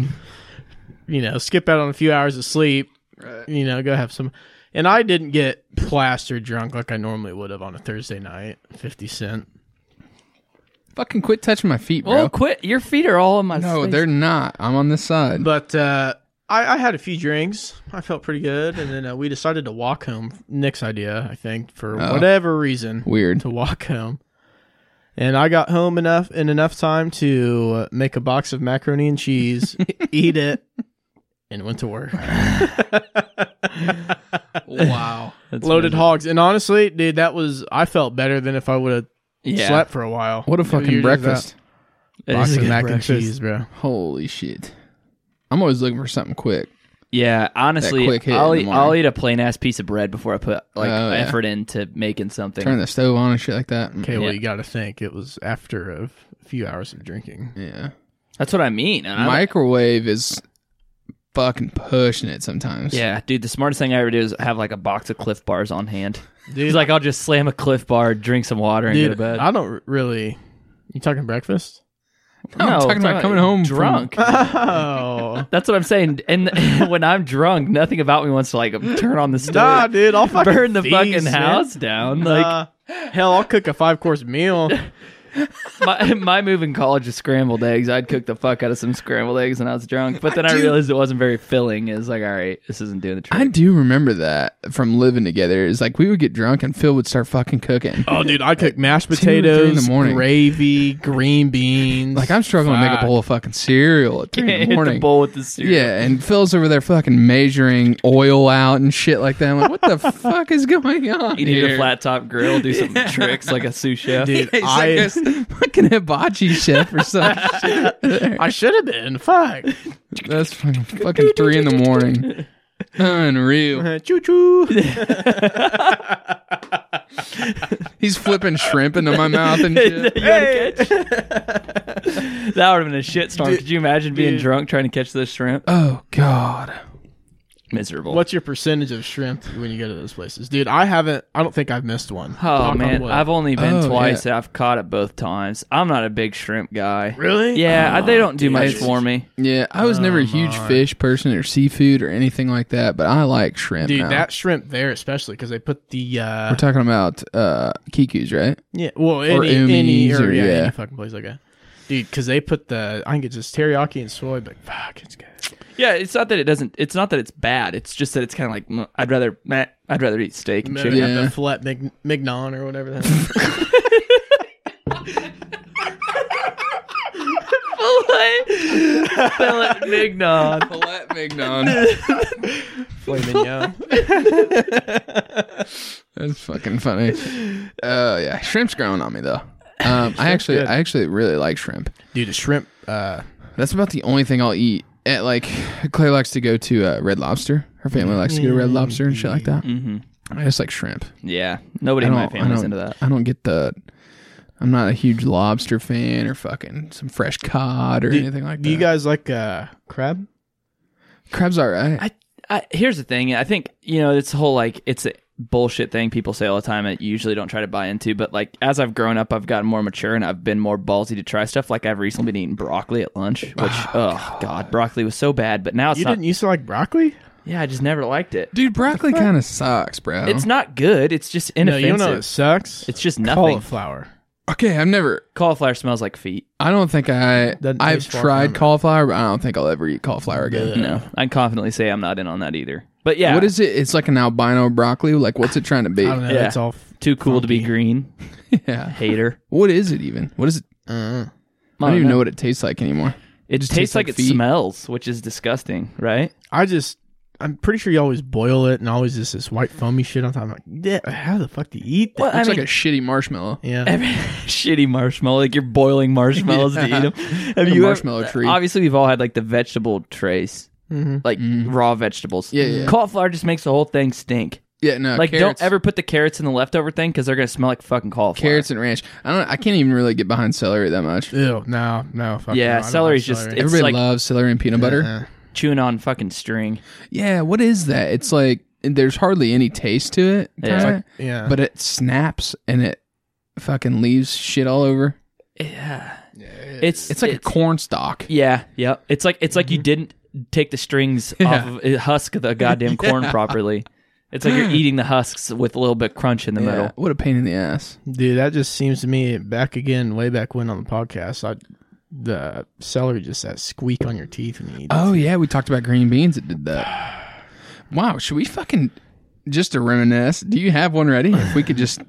S4: you know, skip out on a few hours of sleep,
S2: Right.
S4: you know, go have some. And I didn't get plastered drunk like I normally would have on a Thursday night, 50 cent.
S2: Fucking quit touching my feet, bro.
S3: Well, Oh, quit. Your feet are all in my.
S2: no,
S3: space.
S2: they're not. I'm on this side.
S4: But uh, I, I had a few drinks. I felt pretty good. And then uh, we decided to walk home. Nick's idea, I think, for
S2: Oh.
S4: whatever reason.
S2: Weird.
S4: to walk home. And I got home enough in enough time to uh, make a box of macaroni and cheese, eat it, and went to work.
S2: Wow.
S3: That's
S4: Loaded
S3: amazing.
S4: hogs. And honestly, dude, that was I felt better than if I would have
S3: Yeah.
S4: slept for a while.
S2: What a
S4: You know,
S2: fucking
S4: you're just
S2: breakfast.
S4: that
S3: It is
S4: Box
S3: a
S4: of
S3: good
S4: mac
S3: breakfast.
S4: and cheese, bro.
S2: Holy shit. I'm always looking for something quick.
S3: Yeah, honestly,
S2: quick hit
S3: I'll
S2: in the
S3: eat,
S2: morning.
S3: I'll eat a plain ass piece of bread before I put like
S2: Oh, yeah.
S3: effort into making something.
S2: Turn the stove on and shit like that.
S4: Okay,
S3: Yeah.
S4: well, you got to think it was after a few hours of drinking.
S2: Yeah.
S3: That's what I mean. And I-
S2: Microwave is fucking pushing it sometimes.
S3: Yeah, dude, the smartest thing I ever do is have like a box of Cliff Bars on hand. He's like, I'll just slam a Cliff Bar, drink some water, and go to
S4: Dude,
S3: bed.
S4: I don't really. You talking breakfast?
S2: No, I'm talking about coming home from-
S3: drunk.
S4: Oh.
S3: That's what I'm saying. And when I'm drunk, nothing about me wants to like turn on the stove,
S4: nah, dude. I'll fucking
S3: burn the
S4: feast,
S3: fucking
S4: man. Uh.
S3: house down. Like
S4: Nah. hell, I'll cook a five course meal.
S3: my, my move in college was scrambled eggs. I'd cook the fuck out of some scrambled eggs when I was drunk, but then I
S2: Dude.
S3: realized it wasn't very filling. It was like, all right, this isn't doing the trick.
S2: I do remember that from living together. It's like we would get drunk and Phil would start fucking cooking.
S4: Oh, dude, I cook mashed
S2: Two or three in the
S4: potatoes,
S2: morning.
S4: gravy, green beans.
S2: Like I'm struggling to make a
S4: Fuck.
S2: bowl of fucking cereal at three in the
S3: Hit the
S2: morning.
S3: bowl with the cereal.
S2: Yeah, and Phil's over there fucking measuring oil out and shit like that. I'm like, what the fuck is going on?
S3: Eat it at
S2: here?
S3: a flat top grill, do some tricks like a sous chef.
S4: Dude,
S2: He's
S4: I-
S2: like this fucking hibachi chef or some shit.
S4: I should have been. Fuck.
S2: That's fucking, fucking three in the morning. Unreal.
S4: choo choo.
S2: He's flipping shrimp into my mouth and shit.
S3: You wanna catch? that would have been a shit storm. Could you imagine being
S4: dude.
S3: drunk trying to catch this shrimp?
S2: Oh god.
S3: Miserable.
S4: What's your percentage of shrimp when you go to those places, dude? I haven't. I don't think I've missed one. Knock
S3: Oh
S4: on
S3: man,
S4: wood.
S3: I've only been
S2: Oh,
S3: twice. and I've caught it both times. I'm not a big shrimp guy.
S4: really.
S3: Yeah, I- they don't do much
S2: dude.
S3: for me.
S2: Yeah, I was
S4: Oh,
S2: never a huge fish person or seafood or anything like that, but I like shrimp.
S4: Dude,
S2: now.
S4: that shrimp there, especially because they put the uh,
S2: we're talking about uh kiku's, right?
S4: yeah, well, any,
S2: or
S3: E
S4: any,
S2: umis
S4: or,
S2: or-
S4: yeah,
S2: yeah.
S4: any fucking place like that, dude. Because they put the, I think it's just teriyaki and soy, but fuck, it's good.
S3: Yeah, it's not that it doesn't. It's not that it's bad. It's just that it's kind of like mm, I'd rather meh, I'd rather eat steak and
S4: Maybe
S3: chicken.
S4: they
S2: Yeah.
S4: have the filet Mign- mignon or whatever. That is.
S3: Filet, fillet mignon.
S2: Paulette Mignon.
S4: filet mignon.
S2: That's fucking funny. Oh yeah, shrimp's growing on me though. Um, I actually,
S4: good.
S2: I actually really like shrimp.
S4: Dude, a shrimp. Uh,
S2: That's about the only thing I'll eat. At, like Claire likes to go to uh, Red Lobster. Her family likes to go to Red Lobster and shit like that.
S3: Mm-hmm.
S2: I just like shrimp.
S3: Yeah, nobody in my family's into that.
S2: I don't get the. I'm not a huge lobster fan or fucking some fresh cod or
S4: do,
S2: anything like that.
S4: do you guys like uh, crab?
S2: crab's all right.
S3: I, I here's the thing. I think you know this whole like it's a bullshit thing people say all the time. I usually don't try to buy into, but like as I've grown up, I've gotten more mature and I've been more ballsy to try stuff. Like I've recently been eating broccoli at lunch, which oh, god. broccoli was so bad. But now it's
S4: You
S3: not.
S4: didn't used to like broccoli?
S3: Yeah, I just never liked it.
S2: Dude, broccoli kind of sucks, bro.
S3: It's not good. It's just
S4: No, you
S3: inoffensive.
S4: know it sucks.
S3: it's just nothing.
S4: cauliflower.
S2: okay. I've never.
S3: Cauliflower smells like feet.
S2: I don't think I.
S4: Doesn't
S2: I've
S4: taste far
S2: tried
S4: from it.
S2: cauliflower, but I don't think I'll ever eat cauliflower again.
S3: No, I can confidently say I'm not in on that either. But yeah,
S2: What is it? It's like an albino broccoli. Like, what's it trying to be?
S4: I don't know.
S3: Yeah.
S4: It's all. f-
S3: too cool to be green?
S2: Yeah.
S3: Hater.
S2: What is it even? What is it?
S4: Uh,
S2: I don't even know what it tastes like anymore.
S3: It
S2: just tastes
S3: tastes, like,
S2: like
S3: it
S2: feet.
S3: smells, which is disgusting, right?
S4: I just. I'm pretty sure you always boil it and always just this white foamy shit on top. I'm like, yeah, how the fuck do you eat that?
S3: Well, I
S2: It's
S3: mean,
S2: like a shitty marshmallow.
S4: Yeah.
S3: every- shitty marshmallow. Like you're boiling marshmallows to eat them. Have
S2: a
S3: you ever- uh,
S2: marshmallow tree.
S3: Obviously, we've all had like the vegetable trays, like raw vegetables.
S2: Mm-hmm. Yeah, yeah.
S3: Cauliflower just makes the whole thing stink.
S2: Yeah, no.
S3: Like,
S2: carrots,
S3: don't ever put the carrots in the leftover thing because they're gonna smell like fucking cauliflower.
S2: carrots and ranch. I don't. I can't even really get behind celery that much.
S4: Ew, no, no, fuck no, I
S3: Yeah,
S4: don't
S3: celery's
S4: like
S3: just
S4: celery.
S3: it's
S2: Everybody
S3: like
S2: loves celery and peanut butter.
S4: Uh-uh.
S3: chewing on fucking string.
S2: Yeah, what is that? It's like there's hardly any taste to it,
S3: Yeah. It's
S2: kinda,
S4: yeah,
S2: but it snaps and it fucking leaves shit all over.
S3: Yeah, it's
S2: It's like a corn stalk.
S3: yeah, yeah. It's like it's like you didn't take the strings off of uh, husk of the goddamn corn properly. It's like you're eating the husks with a little bit crunch in the
S2: Yeah,
S3: middle.
S2: What a pain in the ass.
S4: dude, that just seems to me back again, way back when on the podcast, I the celery just that squeak on your teeth when you eat. it.
S2: Oh yeah, we talked about green beans. It did that. Wow, should we fucking just to reminisce? Do you have one ready? If we could just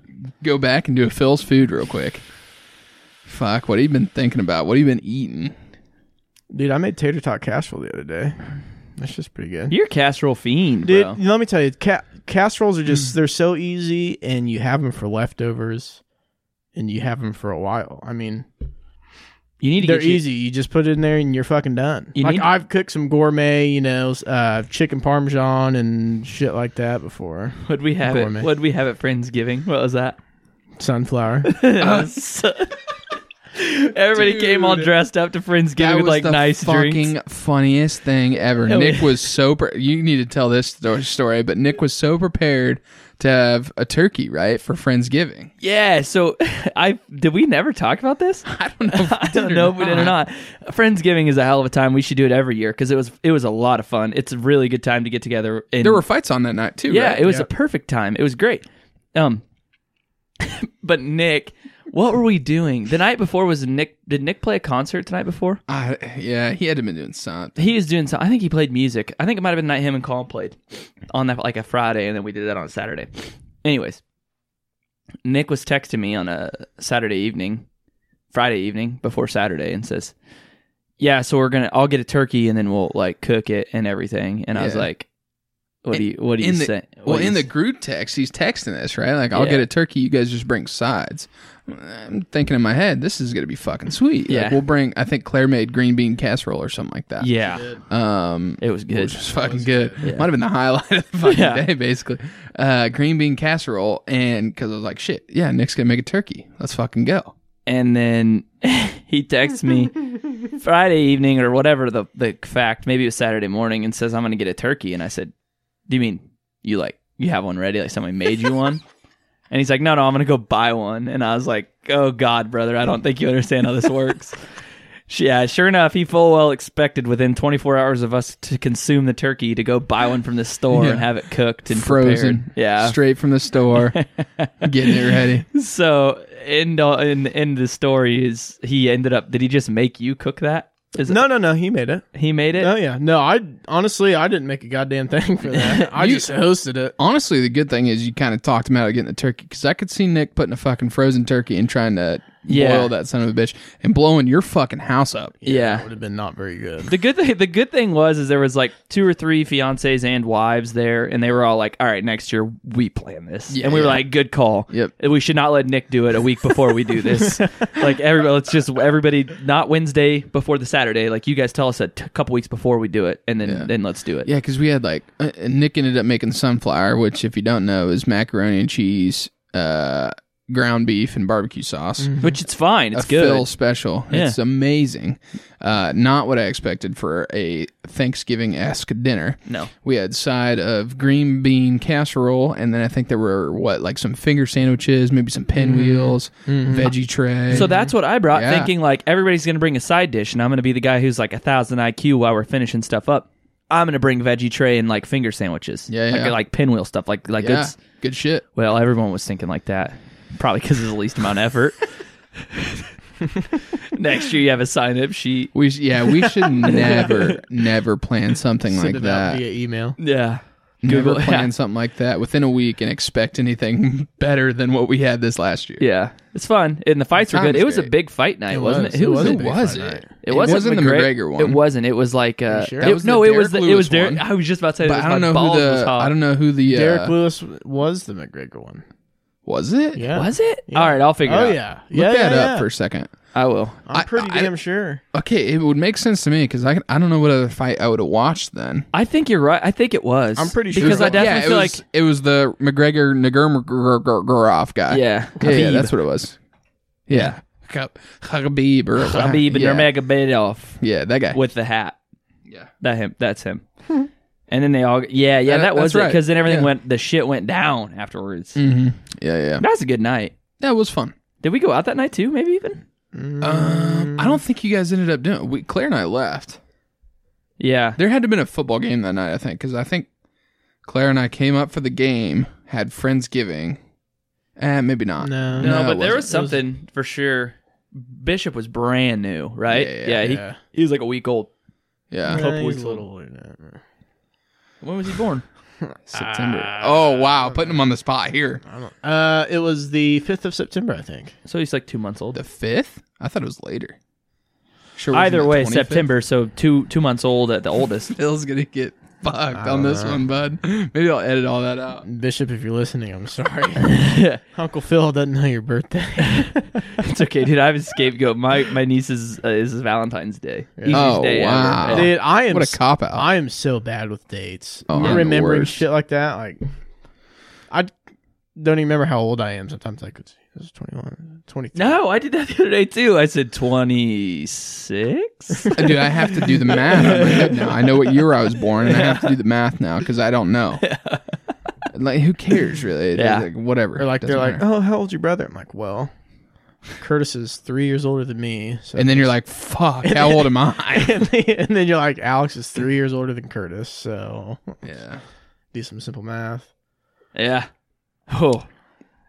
S2: go back and do a Phil's food real quick. Fuck, what have you been thinking about? What have you been eating?
S4: dude, I made tater tot casserole the other day. That's just pretty good.
S3: You're a casserole fiend,
S4: Dude,
S3: bro.
S4: let me tell you, ca- casseroles are just they're so easy, and you have them for leftovers, and you have them for a while. I mean,
S3: You need to
S4: they're
S3: get you-
S4: easy. You just put it in there, and you're fucking done.
S3: You
S4: like
S3: need-
S4: I've cooked some gourmet, you know, s- uh, chicken parmesan and shit like that before.
S3: What'd we have
S4: Gourmet.
S3: it? What'd we have at Friendsgiving? What was that?
S4: Sunflower.
S3: That was so- Everybody came all
S2: Dude.
S3: dressed up to Friendsgiving with like nice
S2: fucking
S3: drinks.
S2: funniest thing ever.
S3: Yeah, we-
S2: Nick was so. Pre- you need to tell this sto- story, but Nick was so prepared to have a turkey right for Friendsgiving.
S3: Yeah, so I did we never talk about this?
S2: I don't know. If
S3: I don't know if we did or not. Friendsgiving is a hell of a time. We should do it every year because it was it was a lot of fun. It's a really good time to get together. And
S2: There were fights on that night too.
S3: yeah,
S2: right?
S3: it was a perfect time. It was great. Um, but Nick, what were we doing the night before? Was Nick? Did Nick play a concert the night before?
S2: Uh, yeah, he had to been doing something.
S3: He was doing. some- I think he played music. I think it might have been the night him and Colin played on that like a Friday, and then we did that on a Saturday. Anyways, Nick was texting me on a Saturday evening, Friday evening before Saturday, and says, "Yeah, so we're gonna. I'll get a turkey, and then we'll like cook it and everything." And I was
S2: Yeah.
S3: like, "What do you? What do you
S2: in the-
S3: say?"
S2: Well,
S3: what do you
S2: in the
S3: s-
S2: group text, he's texting this right. Like, I'll
S3: Yeah.
S2: get a turkey. You guys just bring sides. I'm thinking in my head, this is gonna be fucking sweet. Like,
S3: Yeah.
S2: we'll bring. I think Claire made green bean casserole or something like that.
S3: yeah,
S2: Um,
S3: it was good.
S2: which was fucking good.
S3: Yeah.
S2: Might have been the highlight of the fucking
S3: Yeah.
S2: day, basically. Uh, green bean casserole, and because I was like, shit, yeah, Nick's gonna make a turkey. Let's fucking go.
S3: and then he texts me Friday evening or whatever the the fact, maybe it was Saturday morning, and says I'm gonna get a turkey. And I said, "Do you mean you like you have one ready? Like somebody made you one?" and he's like, "No, no, I'm gonna go buy one." And I was like, "Oh God, brother, I don't think you understand how this works." Yeah, sure enough, he full well expected within 24 hours of us to consume the turkey to go buy one from the store
S2: Yeah.
S3: and have it cooked and
S2: Frozen,
S3: prepared. Yeah,
S2: straight from the store, getting it ready.
S3: so end in the end of the story is he ended up. Did he just make you cook that? Is
S4: No, no, no. He made it.
S3: it, he made it.
S4: Oh yeah. No, I honestly I didn't make a goddamn thing for that. I
S2: You-
S4: just hosted it.
S2: Honestly, the good thing is you kind of talked him out of getting the turkey because I could see Nick putting a fucking frozen turkey and trying to
S3: Yeah.
S2: boil that son of a bitch and blowing your fucking house up.
S3: yeah.
S4: That would have been not very good.
S3: The good thing, the good thing was, is there was like two or three fiancés and wives there, and they were all like, "All right, next year we plan this,"
S2: Yeah,
S3: and we were
S2: yeah.
S3: like, "Good call.
S2: Yep.
S3: We should not let Nick do it a week before we do this. like everybody, let's just everybody not Wednesday before the Saturday. Like you guys tell us a t- couple weeks before we do it, and then
S2: Yeah.
S3: then let's do it.
S2: Yeah, because we had like uh, uh, Nick ended up making sunflower, which if you don't know is macaroni and cheese, uh, ground beef, and barbecue sauce.
S3: Which it's fine. It's
S2: a
S3: good.
S2: Phil special.
S3: Yeah.
S2: It's amazing. Uh, not what I expected for a Thanksgiving esque dinner.
S3: No.
S2: We had side of green bean casserole, and then I think there were what like some finger sandwiches, maybe some pinwheels, veggie tray.
S3: Mm-hmm. So that's what I brought,
S2: Yeah.
S3: thinking like everybody's going to bring a side dish, and I'm going to be the guy who's like a thousand IQ while we're finishing stuff up. I'm going to bring veggie tray and like finger sandwiches,
S2: Yeah,
S3: like,
S2: yeah.
S3: like pinwheel stuff, like like
S2: yeah,
S3: it's
S2: good shit.
S3: well, everyone was thinking like that, probably because of the least amount of effort. Next year, you have a sign up sheet.
S2: We sh- yeah we should never never plan something
S4: Send
S2: like
S4: it out
S2: that.
S4: via email.
S3: Yeah,
S2: Never
S3: Google-
S2: plan something like that within a week and expect anything better than what we had this last year.
S3: yeah, it's fun, and the fights were
S2: Time
S3: good.
S2: is
S3: It was a
S2: great.
S3: big fight night, wasn't it?
S4: was. It was
S2: Who
S4: a big
S2: was
S4: fight
S2: it?
S4: night.
S3: It wasn't,
S2: wasn't the McGregor one.
S3: It wasn't. It was like uh,
S4: sure?
S3: it-
S4: That
S2: was the
S3: no, it was the
S2: Derek
S3: it was
S2: Lewis
S3: Derek.
S2: one.
S3: I was just about to say, it
S2: But
S3: was
S2: I don't
S3: my
S2: know
S3: balls
S2: who
S3: was
S2: the
S3: hot.
S2: I don't know who the uh,
S4: Derek Lewis was the McGregor one.
S2: was it.
S4: Yeah.
S3: Was it? All right, I'll figure it
S4: Oh
S3: out.
S4: yeah.
S2: Look
S4: yeah,
S2: that
S4: yeah,
S2: up
S4: yeah.
S2: for a second.
S3: I will.
S2: I-
S4: I'm pretty
S2: I-
S4: damn sure.
S2: Okay, it would make sense to me because I I don't know what other fight I would have watched then.
S3: I think you're right. I think it was.
S4: I'm pretty sure
S3: because
S4: it
S3: I
S4: was.
S3: definitely
S2: yeah, it
S3: feel
S2: was,
S3: like
S2: it was the McGregor Nagurmagurov guy.
S3: yeah, uh,
S2: yeah, yeah,
S3: Khabib.
S2: that's what it was. Yeah, Khab- Khabib or
S3: Khabib
S2: yeah.
S3: Nurmagomedov
S2: Yeah, that guy.
S3: with the hat.
S2: Yeah.
S3: that him. That's him. and then they all. Yeah,
S2: That-
S3: yeah, Hmm. that, was
S2: that's
S3: it.
S2: right.
S3: Because then everything
S2: Yeah.
S3: went. The shit went down afterwards.
S2: Mhm. Yeah, yeah,
S3: That was a good night.
S2: that was fun.
S3: Did we go out that night too? Maybe even.
S4: Mm-hmm.
S2: Um, I don't think you guys ended up doing. We Claire and I left.
S3: Yeah.
S2: There had to have been a football game that night, I think, because I think Claire and I came up for the game, had Friendsgiving, and eh, maybe not.
S4: No.
S2: No,
S3: but
S2: it wasn't.
S3: there was something for sure. Bishop was brand new, right?
S2: Yeah, yeah,
S3: he,
S4: yeah.
S3: he was like a week old.
S2: Yeah,
S4: Yeah,
S3: Couple
S4: he's
S3: weeks
S4: a little older than that.
S3: When was he born?
S2: September. oh wow, putting him on the spot here.
S4: I don't- Uh, it was the fifth of September, I think.
S3: So he's like two months old.
S2: The fifth? I thought it was later. Sure. wasn't
S3: Either
S2: it
S3: way,
S2: 25th?
S3: September. So two two months old at the oldest.
S2: Phil's gonna get fucked on this one, bud. Maybe I'll edit all that out.
S4: Bishop, if you're listening, I'm sorry. Uncle Phil doesn't know your birthday.
S3: It's okay, dude. I have a scapegoat. My my niece's uh, is Valentine's Day. Easiest
S2: Oh,
S3: day ever.
S2: wow.
S3: Yeah.
S4: Dude, I am
S2: What a
S4: s-
S2: cop out.
S4: I am so bad with dates.
S2: Oh, I'm the
S4: remembering
S2: worst.
S4: shit like that, like I don't even remember how old I am. Sometimes I could see. This is 21, 23.
S3: No, I did that the other day too. I said 26.
S2: Dude, I have to do the math in my head now. I know what year I was born, and I have to do the math now because I don't know. Like, who cares, really?
S3: Yeah.
S2: Like, whatever.
S4: Or like, they're
S2: Doesn't
S4: like,
S2: matter.
S4: oh, how old's your brother? I'm like, well, Curtis is three years older than me. So.
S2: and then you're like, fuck, how old am I?
S4: and then, and then you're like, Alex is three years older than Curtis. So
S2: yeah.
S4: do some simple math.
S3: yeah. Oh.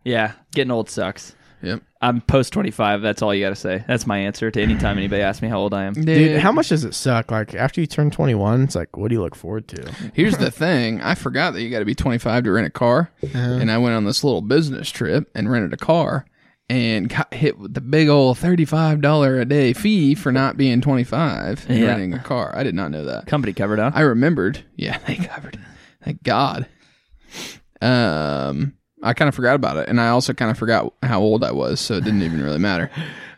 S3: Yeah, getting old sucks.
S2: Yep.
S3: I'm post 25. That's all you got to say. That's my answer to any time anybody asks me how old I am.
S4: Dude, how much does it suck? Like after you turn 21, it's like, what do you look forward to?
S2: Here's the thing. I forgot that you got to be 25 to rent a car.
S4: Uh-huh.
S2: And I went on this little business trip and rented a car and got hit with the big old $35 a day fee for not being 25 and
S3: Yeah.
S2: renting a car. I did not know that.
S3: Company covered up.
S2: I remembered. Yeah, they covered. it. Thank God. Um, I kind of forgot about it, and I also kind of forgot how old I was, so it didn't even really matter.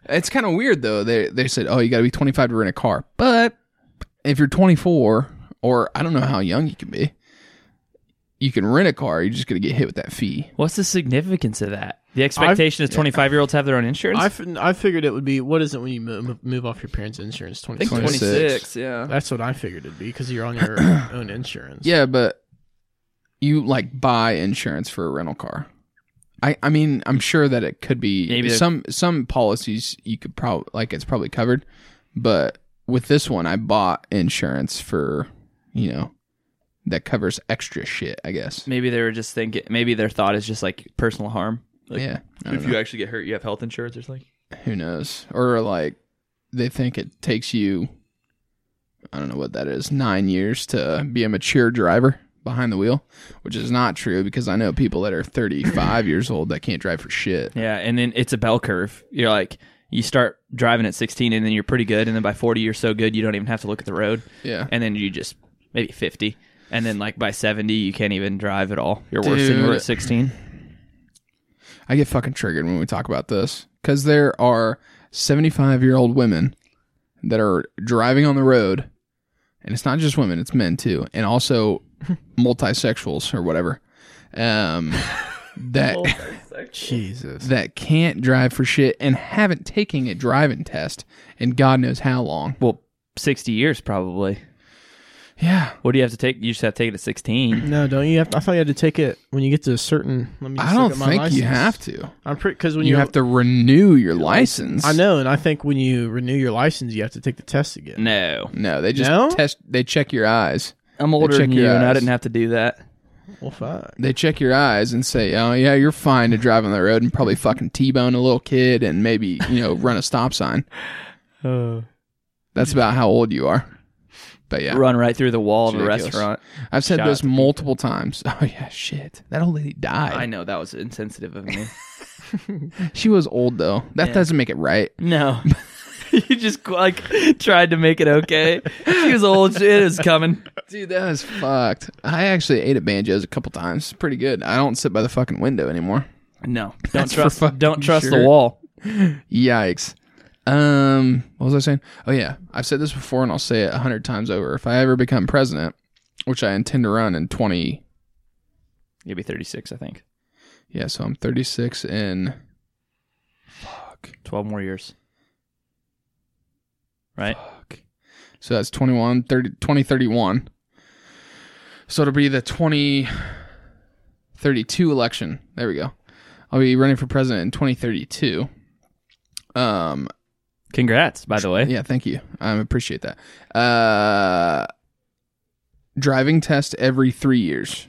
S2: It's kind of weird though. They they said, "Oh, you got to be 25 to rent a car," but if you're 24, or I don't know how young you can be, you can rent a car. You're just gonna get hit with that fee.
S3: What's the significance of that? The expectation is 25 year olds have their own insurance?
S4: I, f- I figured it would be, what is it when you move, move off your parents' insurance? 26.
S2: 26.
S3: yeah.
S4: That's what I figured it'd be because you're on your own insurance.
S2: Yeah, but you like buy insurance for a rental car. I, I mean I'm sure that it could be
S3: Maybe they're-
S2: some some policies you could probably like it's probably covered, but with this one I bought insurance for you know that covers extra shit I guess.
S3: Maybe they were just thinking, maybe their thought is just like personal harm. Like,
S2: yeah, I don't
S3: If you actually get hurt, you have health insurance or something.
S2: know. who knows or like they think it takes you I don't know what that is nine years to be a mature driver behind the wheel, which is not true because I know people that are 35 years old that can't drive for shit.
S3: Yeah, and then it's a bell curve. You're like, you start driving at 16, and then you're pretty good, and then by 40, you're so good you don't even have to look at the road,
S2: Yeah.
S3: and then you just maybe 50, and then like by 70, you can't even drive at all. You're worse than you were
S2: Dude.
S3: at 16.
S2: I get fucking triggered when we talk about this because there are 75 year old women that are driving on the road, and it's not just women, it's men too, and also multisexuals or whatever. Um, that
S4: Jesus.
S2: that can't drive for shit and haven't taken a driving test in God knows how long.
S3: Well, 60 years probably.
S2: Yeah,
S3: What do you have to take? You just have to take it at 16.
S4: No, don't you have? To, I thought you had to take it when you get to a certain. Let me just
S2: I
S4: look
S2: don't
S4: at my
S2: think you
S4: license.
S2: have to.
S4: I'm pretty because when
S2: You have to renew your license.
S4: I know, and I think when you renew your license, you have to take the test again.
S3: No.
S2: No, they just
S4: No?
S2: test. They check your eyes.
S3: I'm older
S2: check
S3: than you,
S2: your
S3: and I
S2: eyes.
S3: didn't have to do that.
S2: Mm.
S4: Well, fuck.
S2: they check your eyes and say, "Oh yeah, you're fine to drive on the road and probably fucking t-bone a little kid and maybe you know run a stop sign." Uh, That's about how old you are. But yeah,
S3: Run right through the wall of a
S2: Ridiculous.
S3: restaurant.
S2: I've said
S3: Shout out
S2: this
S3: to
S2: multiple times. Oh yeah, shit, that old lady died.
S3: I know that was insensitive of me.
S2: She was old though. That doesn't make it right.
S3: No. you just like tried to make it okay. She was old. It is coming.
S2: Dude, that was fucked. I actually ate at Banjo's a couple times. Pretty good. I don't sit by the fucking window anymore.
S3: No, don't
S2: That's for
S3: trust.
S2: fucking
S3: Don't trust
S2: sure.
S3: the wall.
S2: Yikes. Um, what was I saying? Oh yeah, I've said this before, and I'll say it a hundred times over. If I ever become president, which I intend to run in twenty,
S3: You'll be 36, I think.
S2: yeah, so I'm thirty six in. Fuck.
S3: 12 more years. Right?
S2: Fuck. So that's 21, 30, 2031. So it'll be the 2032 election. There we go. I'll be running for president in 2032. Um,
S3: Congrats, by the way.
S2: Yeah, thank you. I appreciate that. Uh, driving test every three years.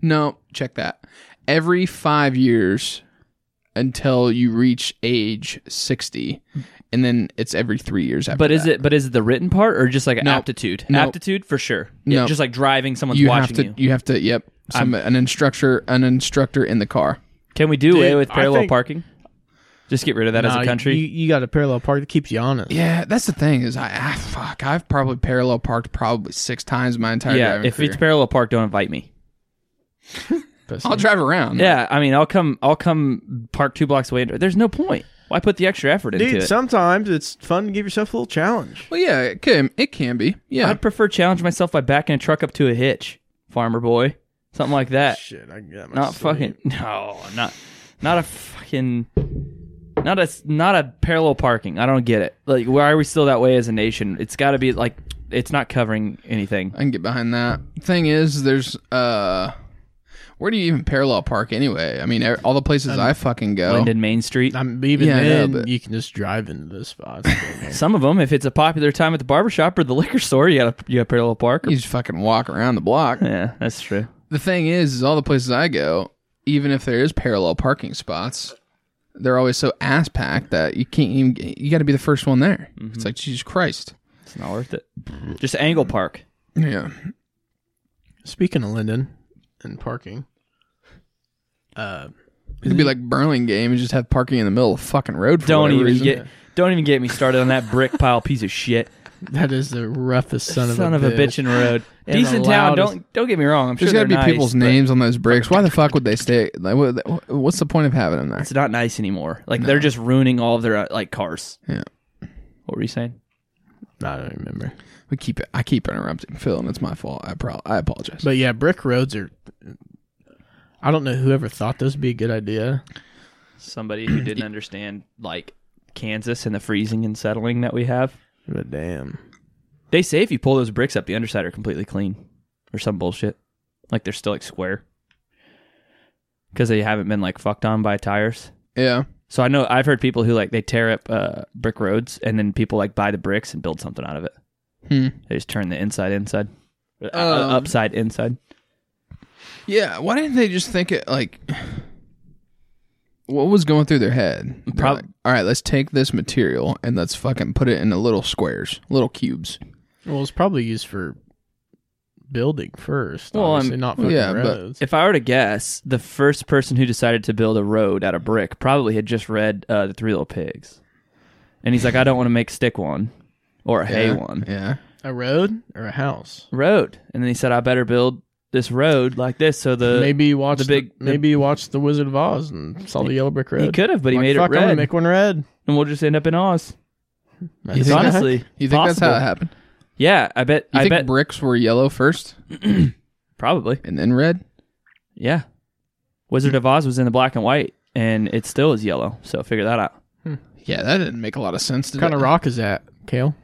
S2: No, check that. Every five years until you reach age 60. And then it's every three years after
S3: But is
S2: that.
S3: it but is it the written part or just like an
S2: No.
S3: aptitude?
S2: No.
S3: Aptitude for sure. Yeah,
S2: No.
S3: just like driving someone's
S2: you have
S3: watching
S2: to
S3: you.
S2: have to yep some, an instructor an instructor in the car
S3: Can we do away
S4: Dude,
S3: with
S4: I
S3: parallel
S4: think-
S3: parking? Just get rid of that as a
S4: Nah, you-
S3: country.
S4: you, you got a parallel park that keeps you honest.
S2: yeah that's the thing is i ah, fuck i've probably parallel parked probably six times my entire
S3: yeah,
S2: driving
S3: if
S2: career.
S3: it's parallel park, don't invite me.
S4: But
S2: i'll drive around
S3: Yeah, I mean, I'll come. I'll come park two blocks away. and- There's no point. Why put the extra effort into
S4: dude,
S3: it?
S4: sometimes it's fun to give yourself a little challenge.
S2: well yeah it can it can be yeah
S3: I'd prefer challenge myself by backing a truck up to a hitch, farmer boy. something like that.
S4: Shit, I can get my
S3: Not
S4: sleep.
S3: fucking no, not not a fucking not a not a parallel parking. I don't get it. Like why are we still that way as a nation? It's got to be like it's not covering anything.
S2: I can get behind that. Thing is, there's uh, where do you even parallel park anyway? I mean, er- all the places i fucking go.
S3: Linden Main Street.
S4: I'm even
S2: Yeah, I know,
S4: then
S2: but-
S4: you can just drive into this spot.
S3: Some of them, if it's a popular time at the barbershop or the liquor store, you got to you got parallel park. Or,
S2: You just fucking walk around the block.
S3: yeah, that's true.
S2: The thing is, is all the places I go, even if there is parallel parking spots, they're always so ass packed that you can't even. get- You got to be the first one there.
S3: Mm-hmm.
S2: It's like Jesus Christ.
S3: It's not worth it. Just angle park.
S2: Yeah.
S4: Speaking of Linden and parking,
S2: It'd be like Burlingame and just have parking in the middle of the fucking road for
S3: Don't
S2: whatever
S3: even
S2: reason.
S3: get don't even get me started on that brick pile piece of shit.
S4: that is the roughest son of
S3: Son
S4: a
S3: of a bitch in the road.
S4: And
S3: Decent
S4: the
S3: town.
S4: loudest-
S3: Don't don't get me wrong. I'm
S2: There's
S3: sure
S2: got to be
S3: they're nice,
S2: people's
S3: but
S2: names on those bricks. Why the fuck would they stay? Like, what- what's the point of having them there?
S3: It's not nice anymore. Like they're just ruining all of their uh, like cars.
S2: Yeah.
S3: What were you saying?
S4: I don't remember.
S2: We keep it. I keep interrupting Phil, and it's my fault. I pro- I apologize.
S4: But yeah, brick roads are. I don't know whoever thought this would be a good idea.
S3: Somebody who didn't understand like Kansas and the freezing and settling that we have.
S4: But damn.
S3: They say if you pull those bricks up, the underside are completely clean, or some bullshit. Like they're still like square because they haven't been like fucked on by tires.
S2: yeah,
S3: So I know I've heard people who like they tear up uh, brick roads and then people like buy the bricks and build something out of it.
S2: Hmm.
S3: They just turn the inside inside, Uh,
S2: Um,
S3: upside inside.
S2: yeah. Why didn't they just think it like? What was going through their head? They're
S3: Prob-
S2: like, All right, let's take this material and let's fucking put it into little squares, little cubes.
S4: Well, it's probably used for building first.
S3: Well, I'm-
S4: obviously, not fucking
S2: yeah, but-
S4: roads.
S3: If I were to guess, the first person who decided to build a road out of brick probably had just read uh, the Three Little Pigs, and he's like, I don't want to make stick one or a hay
S2: yeah.
S3: one
S2: Yeah.
S4: a road or a house.
S3: road, and then he said, I better build this road like this so the
S4: maybe you watched
S3: the big-
S4: the- maybe you watched the Wizard of Oz and saw the yellow brick road.
S3: he could have, but he
S4: Like,
S3: made it
S4: fuck, I'm gonna
S3: red,
S4: make one red.
S3: and we'll just end up in Oz.
S2: You
S3: It's
S2: think that-
S3: honestly
S2: You think that's how
S3: possible.
S2: it happened?
S3: Yeah, I bet.
S2: You
S3: I
S2: think
S3: bet
S2: bricks were yellow first
S3: probably.
S2: and then red?
S3: Yeah. Wizard of Oz was in the black and white, and it still is yellow. So figure that out.
S2: Yeah, that didn't make a lot of sense. did
S4: What kind
S2: it?
S4: of rock is that, Kale?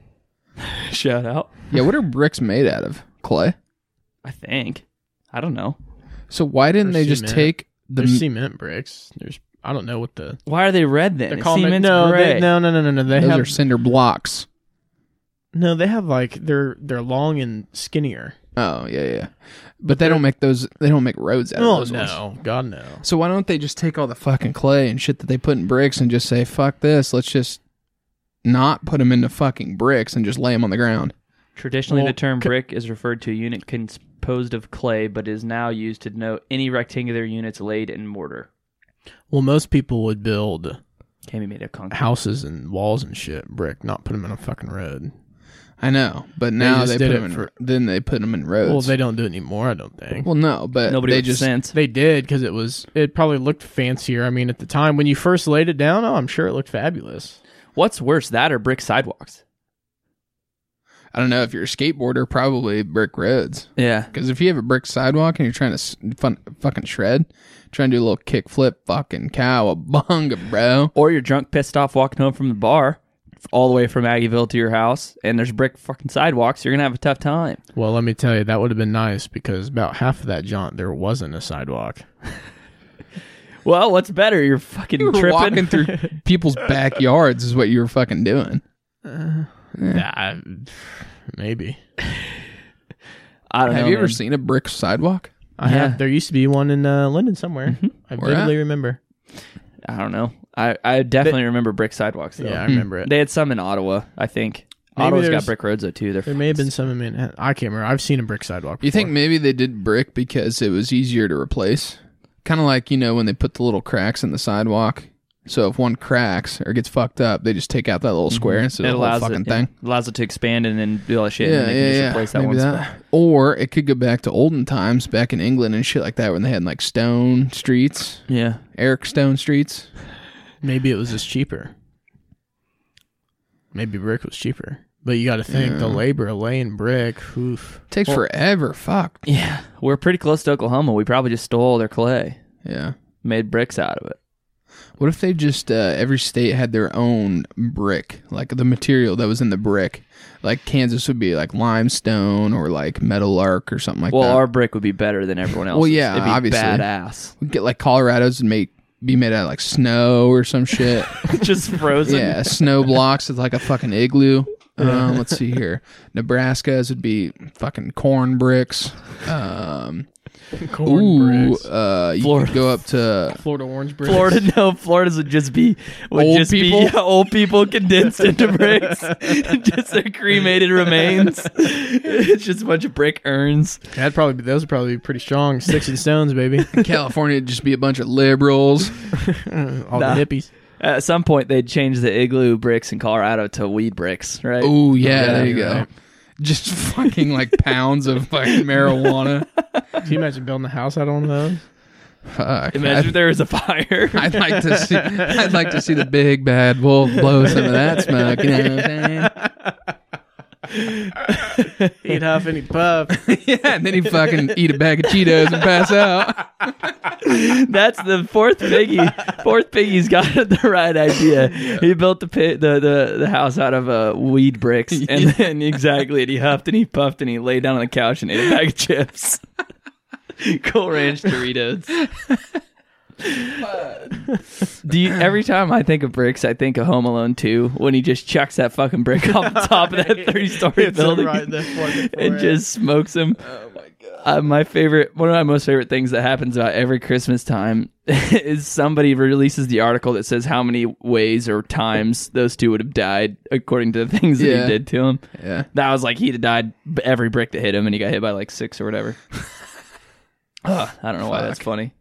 S3: Shout out.
S2: Yeah, what are bricks made out of? Clay.
S3: I think. I don't know.
S2: So why didn't
S4: Or
S2: they just
S4: cement.
S2: take the
S4: There's cement bricks. There's I don't know what the
S3: Why are they red then?
S4: they're
S3: It
S4: calling it.
S3: seems
S4: No,
S3: gray.
S4: they, no, no, no, no, no. They
S2: those
S4: have
S2: are cinder blocks?
S4: no. They have like they're they're long and skinnier.
S2: Oh yeah, yeah. But, they don't make those. They don't make roads out of
S4: Oh
S2: those ones.
S4: no, God no.
S2: So why don't they just take all the fucking clay and shit that they put in bricks and just say fuck this? Let's just not put them into fucking bricks and just lay them on the ground.
S3: Traditionally,
S4: Well,
S3: the term brick is referred to a unit composed of clay, but is now used to denote any rectangular units laid in mortar.
S4: Well, most people would build
S3: Can be made of concrete.
S4: houses and walls and shit brick, not put them in a fucking road.
S2: I know, but now
S4: just
S2: they,
S4: did
S2: put
S4: it
S2: 'em in.
S4: for-
S2: then they put 'em in roads.
S4: Well, they don't do it anymore. I don't think.
S2: Well, no, but
S3: Nobody
S2: they
S3: with
S2: just
S3: sense.
S4: They did because it was it probably looked fancier. I mean, at the time when you first laid it down, oh, I'm sure it looked fabulous.
S3: What's worse, that or brick sidewalks?
S2: I don't know if you're a skateboarder, probably brick roads.
S3: Yeah.
S2: Because if you have a brick sidewalk and you're trying to s- fun, fucking shred, trying to do a little kick flip, fucking cowabunga, bro.
S3: Or you're drunk, pissed off, walking home from the bar, all the way from Aggieville to your house, and there's brick fucking sidewalks. You're gonna have a tough time.
S4: Well, let me tell you, that would have been nice because about half of that jaunt there wasn't a sidewalk.
S3: Well, what's better? You're fucking
S2: You were
S3: tripping.
S2: walking through people's backyards is what you were fucking doing.
S4: Nah, maybe.
S3: I don't
S2: Have
S3: know.
S2: you ever
S3: man.
S2: seen a brick sidewalk?
S4: I
S3: Yeah.
S4: have. There used to be one in uh, London somewhere. I
S2: Mm-hmm. Where at?
S4: vividly remember.
S3: I don't know. I, I definitely remember brick sidewalks though.
S2: Hmm.
S4: Yeah, I remember it.
S3: They had some in Ottawa, I think.
S4: Maybe
S3: Ottawa's got
S4: there's-
S3: brick roads though too. They're
S4: There may have been some in Manhattan. I can't remember. I've seen a brick sidewalk. Before.
S2: You think maybe they did brick because it was easier to replace? Kind of like, you know, when they put the little cracks in the sidewalk. So if one cracks or gets fucked up, they just take out that little square instead
S3: Mm-hmm. it
S2: of the whole
S3: allows
S2: fucking
S3: it, yeah,
S2: thing.
S3: allows it to expand and then do all that shit.
S2: Yeah,
S3: and
S2: yeah,
S3: they can just
S2: yeah.
S3: replace that
S2: Maybe
S3: one
S2: that.
S3: spot.
S2: Or it could go back to olden times, back in England and shit like that, when they had like stone streets,
S3: Yeah,
S2: Eric Stone streets.
S4: maybe it was just cheaper? Maybe brick was cheaper. But you got to think the labor of laying brick. Oof.
S2: Takes forever. Fuck.
S3: Yeah, we're pretty close to Oklahoma. We probably just stole their clay,
S2: Yeah.
S3: made bricks out of it.
S2: What if they just uh, every state had their own brick, like the material that was in the brick? Like Kansas would be like limestone or like metal arc or something like
S3: Well,
S2: that.
S3: our brick would be better than everyone else's.
S2: yeah,
S3: It'd be
S2: obviously.
S3: badass.
S2: We'd get like Colorado's and make be made out of like snow or some shit.
S3: just frozen.
S2: yeah, snow blocks is like a fucking igloo. Um, let's see here. Nebraska's would be fucking corn bricks. Um,
S4: Corn
S2: ooh,
S4: bricks.
S2: uh, you
S3: Florida.
S2: could go up to
S4: Florida orange bricks.
S3: Florida, no, Florida's would just be would
S2: Old
S3: just
S2: people?
S3: be yeah, old people condensed into bricks, just their cremated remains. it's just a bunch of brick urns.
S4: That'd probably be, those would probably be pretty strong. Sticks and stones, baby.
S2: California. It'd just be a bunch of liberals.
S4: All
S3: Nah.
S4: the hippies.
S3: At some point, they'd change the igloo bricks in Colorado to weed bricks, right?
S2: Oh yeah,
S4: Yeah,
S2: there you
S4: you're
S2: go.
S4: right.
S2: Just fucking like pounds of fucking marijuana.
S4: Can you imagine building a house out on those?
S2: Fuck.
S3: Imagine if there was a fire.
S2: I'd, I'd like to see. I'd like to see the big bad wolf blow some of that smoke. You know what I'm
S4: Eat huff and eat puff.
S2: saying? yeah, and then he fucking eat a bag of Cheetos and pass out.
S3: That's the fourth piggy. Fourth piggy's got the right idea. He built the pit, the, the the house out of uh, weed bricks, and then exactly, and he huffed and he puffed and he lay down on the couch and ate a bag of chips. cool Ranch Doritos. Do you, every time I think of bricks, I think of Home Alone 2 when he just chucks that fucking brick off the top of that 30 story
S4: It's
S3: building
S4: right there for you, for
S3: and
S4: it.
S3: just smokes him. Oh my god! Uh, my favorite, one of my most favorite things that happens about every Christmas time is somebody releases the article that says how many ways or times those two would have died according to the things that
S2: Yeah.
S3: he did to him.
S2: Yeah,
S3: That was like he'd have died b- every brick that hit him, and he got hit by like six or whatever. Ugh, I don't know why that's funny.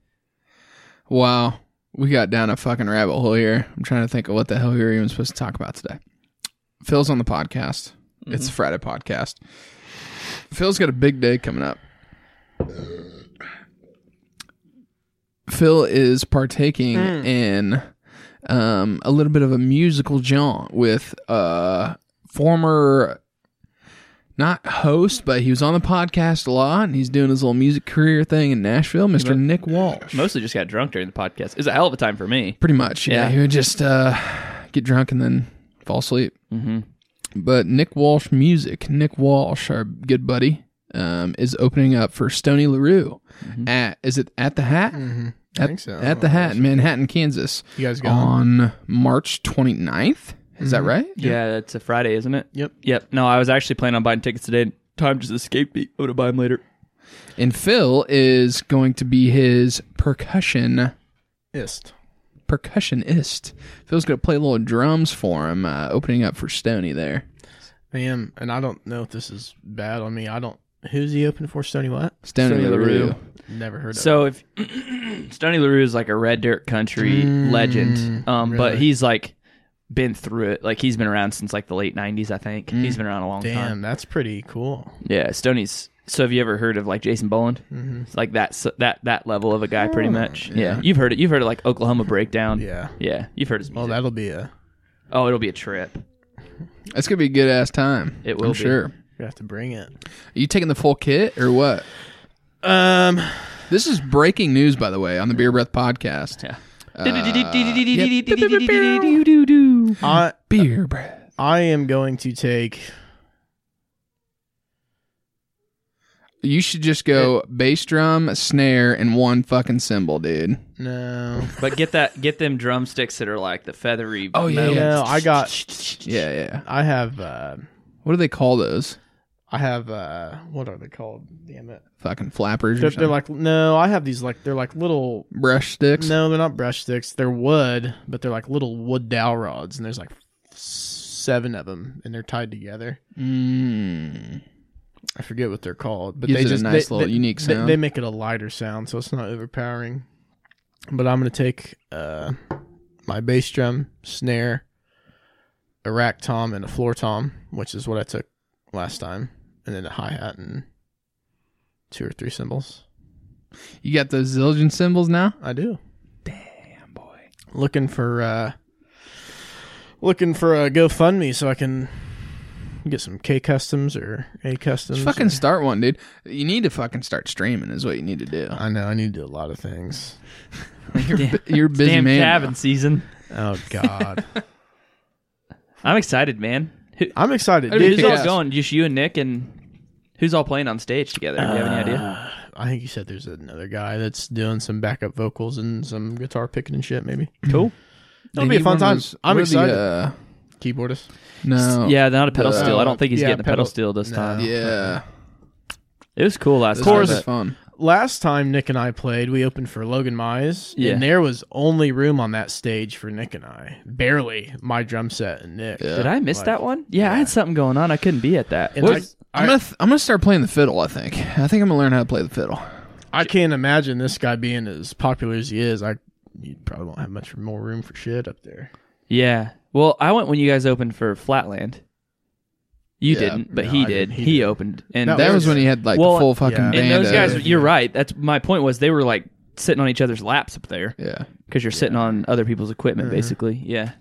S2: Wow. We got down a fucking rabbit hole here. I'm trying to think of what the hell we were even supposed to talk about today. Phil's on the podcast. It's a Friday podcast. Phil's got a big day coming up. Phil is partaking in um, a little bit of a musical jaunt with uh, former, not host, but he was on the podcast a lot, and he's doing his little music career thing in Nashville, Mr. Nick Walsh.
S3: Mostly just got drunk during the podcast. It was a hell of a time for me.
S2: Pretty much, yeah.
S3: Yeah.
S2: He would just uh, get drunk and then fall asleep. Mm-hmm. But Nick Walsh Music, Nick Walsh, our good buddy, um, is opening up for Stony LaRue at is it at the Hat? Mm-hmm. At,
S4: think so.
S2: At the Hat in Manhattan, Kansas.
S4: You guys Mm-hmm. going?
S2: on March 29th. Is that right?
S3: Yeah, it's a Friday, isn't it?
S4: Yep.
S3: Yep. No, I was actually planning on buying tickets today. Time just escaped me. I'm gonna buy them later.
S2: And Phil is going to be his percussion
S4: Ist.
S2: percussionist. Phil's going to play little drums for him, uh, opening up for Stony there.
S4: I am, and I don't know if this is bad on me. I don't. Who's he open for? Stony what?
S2: Stony,
S3: Stony
S2: LaRue.
S3: LaRue.
S4: Never heard of.
S3: So if Stoney LaRue is like a red dirt country
S2: Mm,
S3: legend, um, but
S4: really?
S3: he's like been through it. Like he's been around since like the late '90s, I think.
S2: Mm.
S3: He's been around a long time.
S4: Damn, that's pretty cool.
S3: Yeah, Stoney's. So have you ever heard of like Jason Boland?
S2: Mm-hmm.
S3: It's Like that s- that that level of a guy,
S2: Ah,
S3: pretty much. Yeah. you've heard it. You've heard of like Oklahoma Breakdown.
S4: Yeah.
S3: yeah, you've heard his
S4: Well,
S3: music.
S4: that'll be a.
S3: oh, it'll be a trip.
S2: That's gonna be a good ass time.
S3: It will
S2: I'm
S3: be.
S2: sure. Are
S4: You have to bring it.
S2: you taking the full kit or what?
S4: Um,
S2: This is breaking news, by the way, on the Beer Breath podcast.
S3: Yeah.
S2: Uh, Hmm.
S4: I
S2: Beer Breath.
S4: I am going to take.
S2: You should just go bass drum, snare, and one fucking cymbal, dude.
S4: No,
S3: But get that, get them drumsticks that are like the feathery.
S2: Oh, yeah,
S3: metal.
S2: yeah.
S4: no, I got.
S2: Yeah, yeah.
S4: I have. Uh,
S2: What do they call those?
S4: I have. Uh, what are they called? Damn it!
S2: Fucking flappers
S4: They're,
S2: or
S4: they're
S2: something?
S4: like no. I have these like they're like little.
S2: Brush sticks?
S4: No, they're not brush sticks. They're wood, but they're like little wood dowel rods, and there's like seven of them, and they're tied together.
S2: Mm.
S4: I forget what they're called, but
S2: Gives
S4: they
S2: it a
S4: just
S2: nice
S4: they-
S2: little
S4: they-
S2: unique
S4: they-
S2: sound.
S4: They, make it a lighter sound, so it's not overpowering. But I'm gonna take uh, my bass drum, snare, a rack tom, and a floor tom, which is what I took last time, and then a hi hat and two or three cymbals.
S2: You got those zildjian cymbals now?
S4: I do
S2: Damn, boy.
S4: looking for uh, looking for a GoFundMe so I can Get some K customs or A customs.
S2: Just fucking start one, dude. You need to fucking start streaming is what you need to do.
S4: I know. I need to do a lot of things.
S2: You're, bu- you're a busy
S3: Damn
S2: man.
S3: cabin season.
S4: Oh God,
S3: I'm excited, man. Who,
S4: I'm excited.
S2: That'd be
S3: who's
S4: Dude,
S2: kick
S3: all
S2: ass.
S3: going? Just you and Nick, and who's all playing on stage together? Do you have any
S4: Uh,
S3: idea?
S4: I think you said there's another guy that's doing some backup vocals and some guitar picking and shit. Maybe
S3: Cool.
S2: They
S4: It'll be a
S2: need
S4: fun
S2: one of
S4: time.
S2: those-
S4: I'm
S2: what are the,
S4: excited.
S2: uh,
S4: keyboardist.
S2: no.
S3: Yeah, not a pedal
S2: The-
S3: steel. I don't think he's
S4: oh. Uh, yeah,
S3: getting a pedal
S4: pedal-
S3: steel this
S4: no.
S3: time.
S2: Yeah.
S3: It was cool last
S2: This
S3: time.
S2: course
S3: but-
S2: is fun.
S4: Last time Nick and I played, we opened for Logan Mize,
S3: Yeah.
S4: and there was only room on that stage for Nick and I. Barely my drum set and Nick.
S2: Yeah.
S3: Did I miss that one? Yeah, I had something going on. I couldn't be at that.
S4: And
S3: What-
S4: I,
S2: I'm
S4: I,
S2: gonna th- I'm gonna start playing the fiddle. I think I think I'm gonna learn how to play the fiddle.
S4: I can't imagine this guy being as popular as he is. I you probably won't have much more room for shit up there.
S3: yeah. Well, I went when you guys opened for Flatland. You
S2: Yeah.
S3: didn't, but
S4: No,
S3: he
S4: I
S3: did.
S4: didn't.
S3: He,
S4: He
S3: opened, and
S4: That
S2: That was
S4: was-
S2: when he had like
S3: Well,
S2: the full fucking
S4: Oh, yeah.
S2: band.
S3: and those
S2: of-
S3: guys. You're right. That's my point. Was they were like sitting on each other's laps up there
S2: yeah.
S3: because you're sitting on other people's
S4: Mm-hmm.
S3: equipment, basically. Yeah.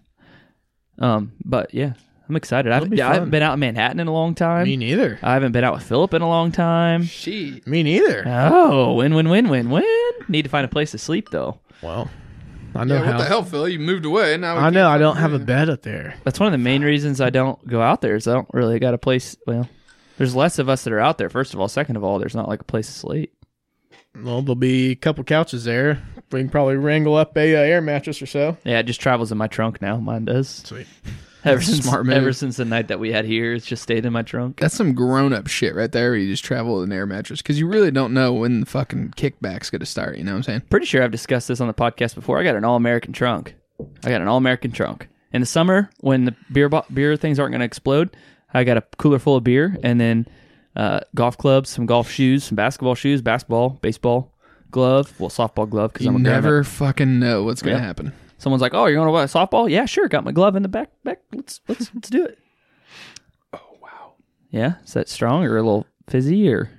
S3: Um. But yeah, I'm excited. I've,
S4: be
S3: yeah, I haven't
S4: fun.
S3: been out in Manhattan in a long time.
S4: Me neither.
S3: I haven't been out with Philip in a long time.
S2: She.
S4: Me neither.
S3: Oh, win, win, win, win, win. Need to find a place to sleep though.
S4: Well, I know how.
S2: hell, Phil? Oh, You moved away. Now
S4: I know I don't have a bed up there.
S3: That's one of the main reasons I don't go out there is I don't really got a place. Well, there's less of us that are out there. First of all, second of all, there's not like a place to sleep.
S4: Well, there'll be a couple couches there. We can probably wrangle up a uh, air mattress or so.
S3: Yeah, it just travels in my trunk now. Mine does.
S4: Sweet.
S3: Ever since
S2: smart move.
S3: ever since the night that we had here, it's just stayed in my trunk.
S2: That's some grown up shit right there. Where you just travel with an air mattress because you really don't know when the fucking kickback's gonna start. You know what I'm saying?
S3: Pretty sure I've discussed this on the podcast before. I got an all American trunk. I got an all American trunk. In the summer, when the beer bo- beer things aren't going to explode, I got a cooler full of beer and then uh, golf clubs, some golf shoes, some basketball shoes, basketball, baseball glove, well, softball glove because
S2: You
S3: I'm a grown-up.
S2: never fucking know what's gonna
S3: Yep.
S2: happen.
S3: Someone's like, "Oh, you want to buy a softball? Yeah, sure. Got my glove in the back. Back. Let's let's let's do it." Oh wow. Yeah, is that strong or a little fizzy or?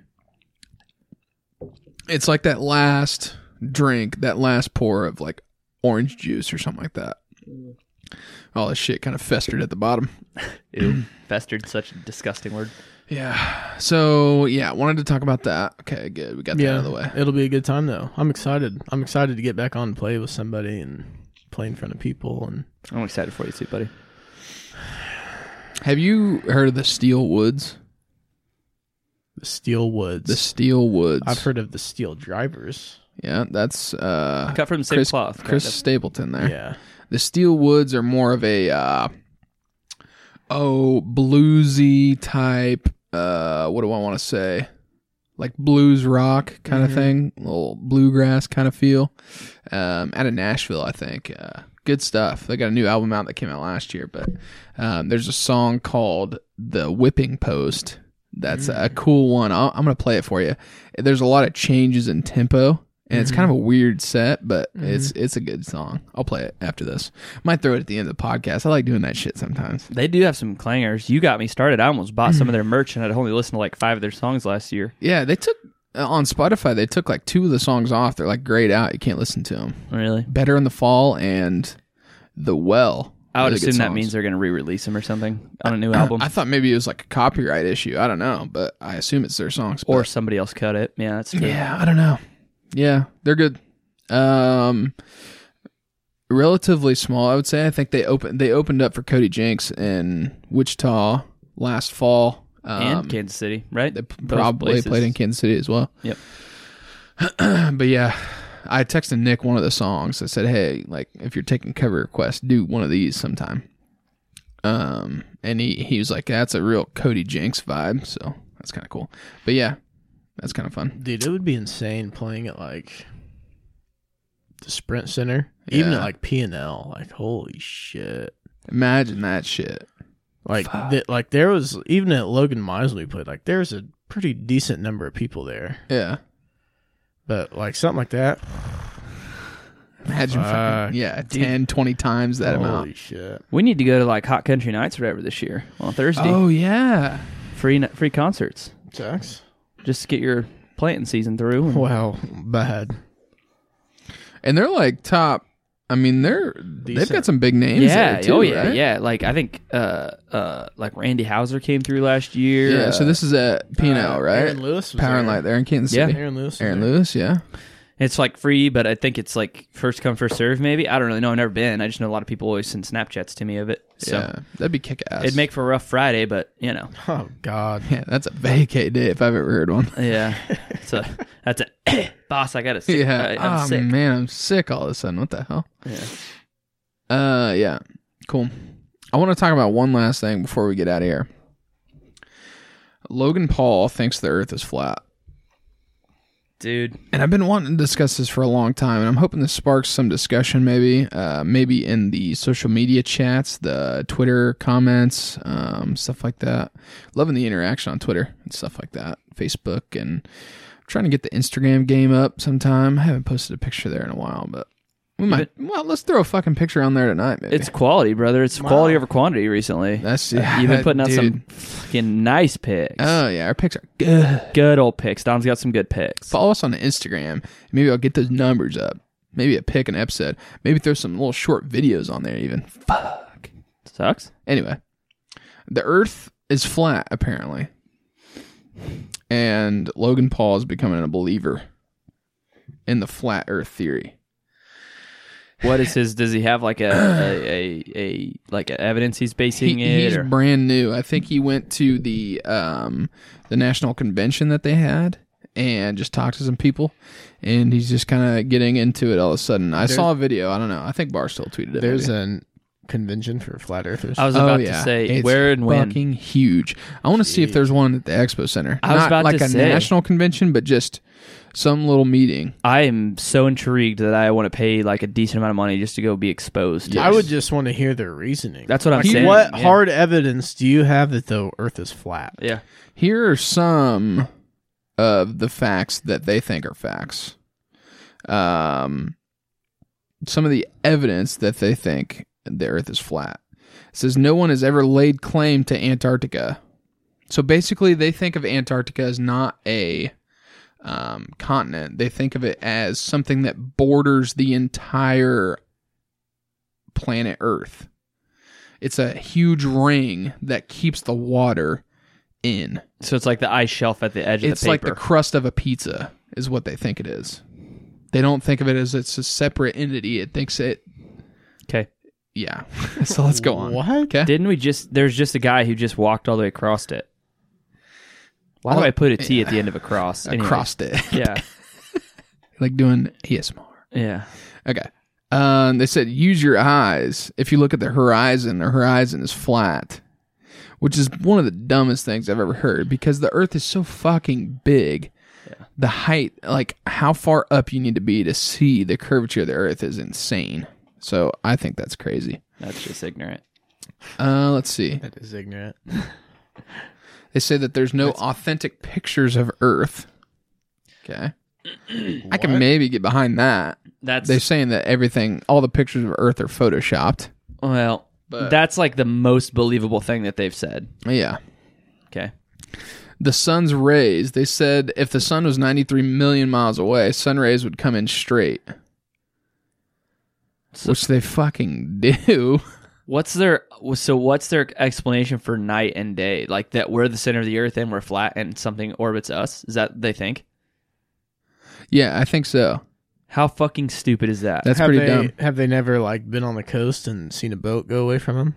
S2: It's like that last drink, that last pour of like orange juice or something like that.
S3: Mm.
S2: All this shit kind of festered at the bottom.
S3: Ew, festered. Such a disgusting word.
S2: Yeah. So yeah, wanted to talk about that. Okay, good. We got that out of the way.
S4: It'll be a good time though. I'm excited. I'm excited to get back on and play with somebody and play in front of people and
S3: I'm excited for you too, buddy.
S2: Have you heard of the Steel Woods?
S4: the Steel Woods.
S2: The Steel Woods.
S4: I've heard of the Steel Drivers.
S2: Yeah, that's uh,
S3: Cut from the same
S2: Chris,
S3: cloth.
S2: Chris
S3: kind of.
S2: Stapleton there.
S4: Yeah.
S2: The Steel Woods are more of a uh, oh bluesy type. Uh, what do I want to say? Like blues rock kind of thing, little bluegrass kind of feel. Um, out of Nashville, I think. Uh, good stuff. They got a new album out that came out last year, but um, there's a song called "The Whipping Post." That's a cool one. I'll, I'm gonna play it for you. There's a lot of changes in tempo, and it's kind of a weird set, but it's it's a good song. I'll play it after this. Might throw it at the end of the podcast. I like doing that shit sometimes.
S3: They do have some clangers. You got me started. I almost bought some of their merch, and I'd only listened to like five of their songs last year.
S2: Yeah, they took uh, on Spotify. They took like two of the songs off. They're like grayed out. You can't listen to them.
S3: Really?
S2: Better in the fall and the well.
S3: I would
S2: Really good
S3: assume that
S2: songs.
S3: means they're going to re-release them or something on a new album,
S2: I thought maybe it was like a copyright issue. I don't know, but I assume it's their songs.
S3: or
S2: but-
S3: somebody else cut it. Yeah, that's true.
S2: yeah, I don't know. Yeah, they're good. Um, relatively small, I would say. I think they opened they opened up for Cody Jenks in Wichita last fall. Um,
S3: and Kansas City, right?
S2: they
S3: Both
S2: probably
S3: places.
S2: played in Kansas City as well.
S3: Yep.
S2: but yeah, I texted Nick one of the songs. I said, "Hey, like if you're taking cover requests, do one of these sometime." Um, and he he was like, "That's a real Cody Jenks vibe," so that's kind of cool. But yeah, that's kind of fun.
S4: Dude, it would be insane playing at like the Sprint Center. Even
S2: Yeah.
S4: at like P and L. Like holy shit.
S2: Imagine that shit.
S4: Like that like there was even at Logan Miles we played, like there's a pretty decent number of people there.
S2: Yeah.
S4: But like something like that.
S2: Imagine
S4: Fuck,
S2: fucking, yeah, 10, 20 times that
S4: holy
S2: amount.
S4: shit.
S3: We need to go to like Hot Country Nights or whatever this year on Thursday.
S2: Oh yeah.
S3: Free free concerts.
S4: Sucks.
S3: Just to get your planting season through. and-
S4: Wow. Bad.
S2: And they're like top I mean, they're they've got
S4: Decent.
S2: some big names.
S3: Yeah.
S2: there too,
S3: oh yeah.
S2: right?
S3: Yeah. Like I think uh uh like Randy Hauser came through last year.
S2: Yeah, so this is at P and
S4: Uh,
S2: L, right?
S4: Aaron Lewis was
S2: Power and
S4: there.
S2: Light there in Kansas
S3: Yeah.
S2: City.
S4: Aaron Lewis.
S2: Aaron Lewis, yeah.
S3: It's like free, but I think it's like first come first serve. Maybe I don't really know. I've never been. I just know a lot of people always send Snapchats to me of it. So
S2: yeah. That'd be kick ass.
S3: it'd make for a rough Friday, but you know,
S4: Oh God.
S2: Yeah, that's a vacay day if I've ever heard one.
S3: yeah. it's a that's a boss. I got to sick.
S2: yeah.
S3: I, am
S2: oh
S3: sick.
S2: man, I'm sick all of a sudden. What the hell?
S3: Yeah.
S2: Uh yeah. Cool. I want to talk about one last thing before we get out of here. Logan Paul thinks the earth is flat.
S3: dude.
S2: And I've been wanting to discuss this for a long time, and I'm hoping this sparks some discussion maybe. Uh, maybe in the social media chats, the Twitter comments, um, stuff like that. Loving the interaction on Twitter and stuff like that. Facebook and trying to get the Instagram game up sometime. I haven't posted a picture there in a while, but we might. well, let's throw a fucking picture on there tonight, maybe.
S3: It's quality, brother. It's quality over quantity recently.
S2: That's yeah.
S3: You've been putting out some
S2: dude.
S3: fucking nice picks.
S2: Oh yeah, our picks are good.
S3: good old picks. Dom's got some good picks.
S2: Follow us on Instagram. Maybe I'll get those numbers up. Maybe a pick an episode. Maybe throw some little short videos on there even. Fuck.
S3: Sucks.
S2: Anyway, the Earth is flat apparently, and Logan Paul is becoming a believer in the flat Earth theory.
S3: What is his? Does he have like a a, a, a like a evidence he's
S2: He,
S3: basing it?
S2: he's
S3: or-
S2: brand new. I think he went to the um, the national convention that they had and just talked to some people, and he's just kind of getting into it all of a sudden. I saw a video. I don't know. I think Barstool tweeted it.
S4: There's
S2: maybe.
S4: a convention for flat earthers.
S3: I was
S2: Oh,
S3: about
S2: yeah.
S3: to say
S2: It's
S3: where and when.
S2: fucking huge. I want to see if there's one at the expo center.
S3: I was
S2: Not
S3: about
S2: like
S3: to
S2: a
S3: say.
S2: national convention, but just some little meeting.
S3: I am so intrigued that I want to pay like a decent amount of money just to go be exposed. to
S4: I
S3: this.
S4: would just want to hear their reasoning.
S3: That's what I'm
S4: Like,
S3: saying.
S4: What
S3: yeah.
S4: hard evidence do you have that the Earth is flat?
S3: Yeah.
S2: Here are some of the facts that they think are facts. Um, some of the evidence that they think the Earth is flat. It says no one has ever laid claim to Antarctica. So basically, they think of Antarctica as not a um, continent. They think of it as something that borders the entire planet Earth. It's a huge ring that keeps the water in.
S3: So it's like the ice shelf at the edge
S2: It's
S3: of the
S2: like
S3: paper.
S2: the crust of a pizza, is what they think it is. They don't think of it as it's a separate entity. It thinks it,
S3: okay.
S2: yeah. so let's go on.
S4: What?
S2: Okay.
S3: Didn't we just? There's just a guy who just walked all the way across it. Why do
S2: All-
S3: I put a T at the end of a cross? Anyway.
S2: Crossed it.
S3: Yeah.
S2: like doing ASMR.
S3: Yeah.
S2: Okay. Um, they said use your eyes. If you look at the horizon, the horizon is flat, which is one of the dumbest things I've ever heard because the Earth is so fucking big. The height, like how far up you need to be to see the curvature of the Earth, is insane. So I think that's crazy.
S3: That's just ignorant.
S2: Uh, let's see.
S4: That is ignorant.
S2: They say that there's no authentic pictures of Earth. Okay, I can maybe get behind that.
S3: That's
S2: They're saying that everything, all the pictures of Earth, are photoshopped.
S3: well.
S2: But-
S3: that's like the most believable thing that they've said.
S2: Yeah.
S3: Okay.
S2: the sun's rays they said if the sun was 93 million miles away sun rays would come in straight
S3: So-
S2: which they fucking do
S3: What's their so what's their explanation for night and day? Like that we're the center of the earth and we're flat and something orbits us? Is that they think?
S2: yeah i think so
S3: How fucking stupid is that?
S2: that's
S4: have
S2: pretty
S4: they,
S2: dumb
S4: Have they never like been on the coast and seen a boat go away from them?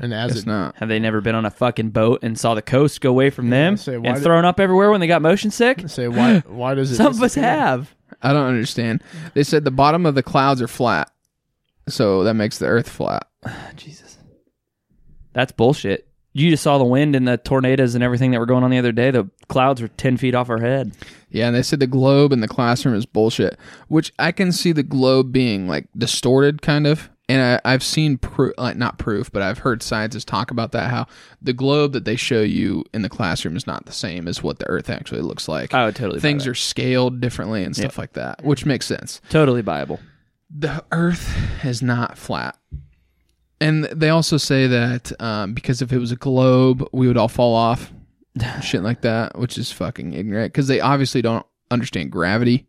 S4: And as
S2: it's
S4: it
S2: not
S3: Have they never been on a fucking boat and saw the coast go away from them
S4: say,
S3: and
S4: why did-
S3: thrown up everywhere when they got motion sick?
S4: say, why why does it?
S3: Some of us
S4: disappear?
S3: have.
S2: i don't understand they said the bottom of the clouds are flat so that makes the earth flat
S3: Oh, Jesus. That's bullshit. You just saw the wind and the tornadoes and everything that were going on the other day. The clouds were ten feet off our head.
S2: yeah and they said the globe in the classroom is bullshit which i can see the globe being like distorted kind of and I, I've seen proof, like not proof, but I've heard scientists talk about that. How the globe that they show you in the classroom is not the same as what the Earth actually looks like.
S3: I would totally
S2: things
S3: buy
S2: are scaled differently and stuff like that, which makes sense.
S3: that. totally viable.
S2: The Earth is not flat. And they also say that um, because if it was a globe, we would all fall off, shit like that, which is fucking ignorant because they obviously don't understand gravity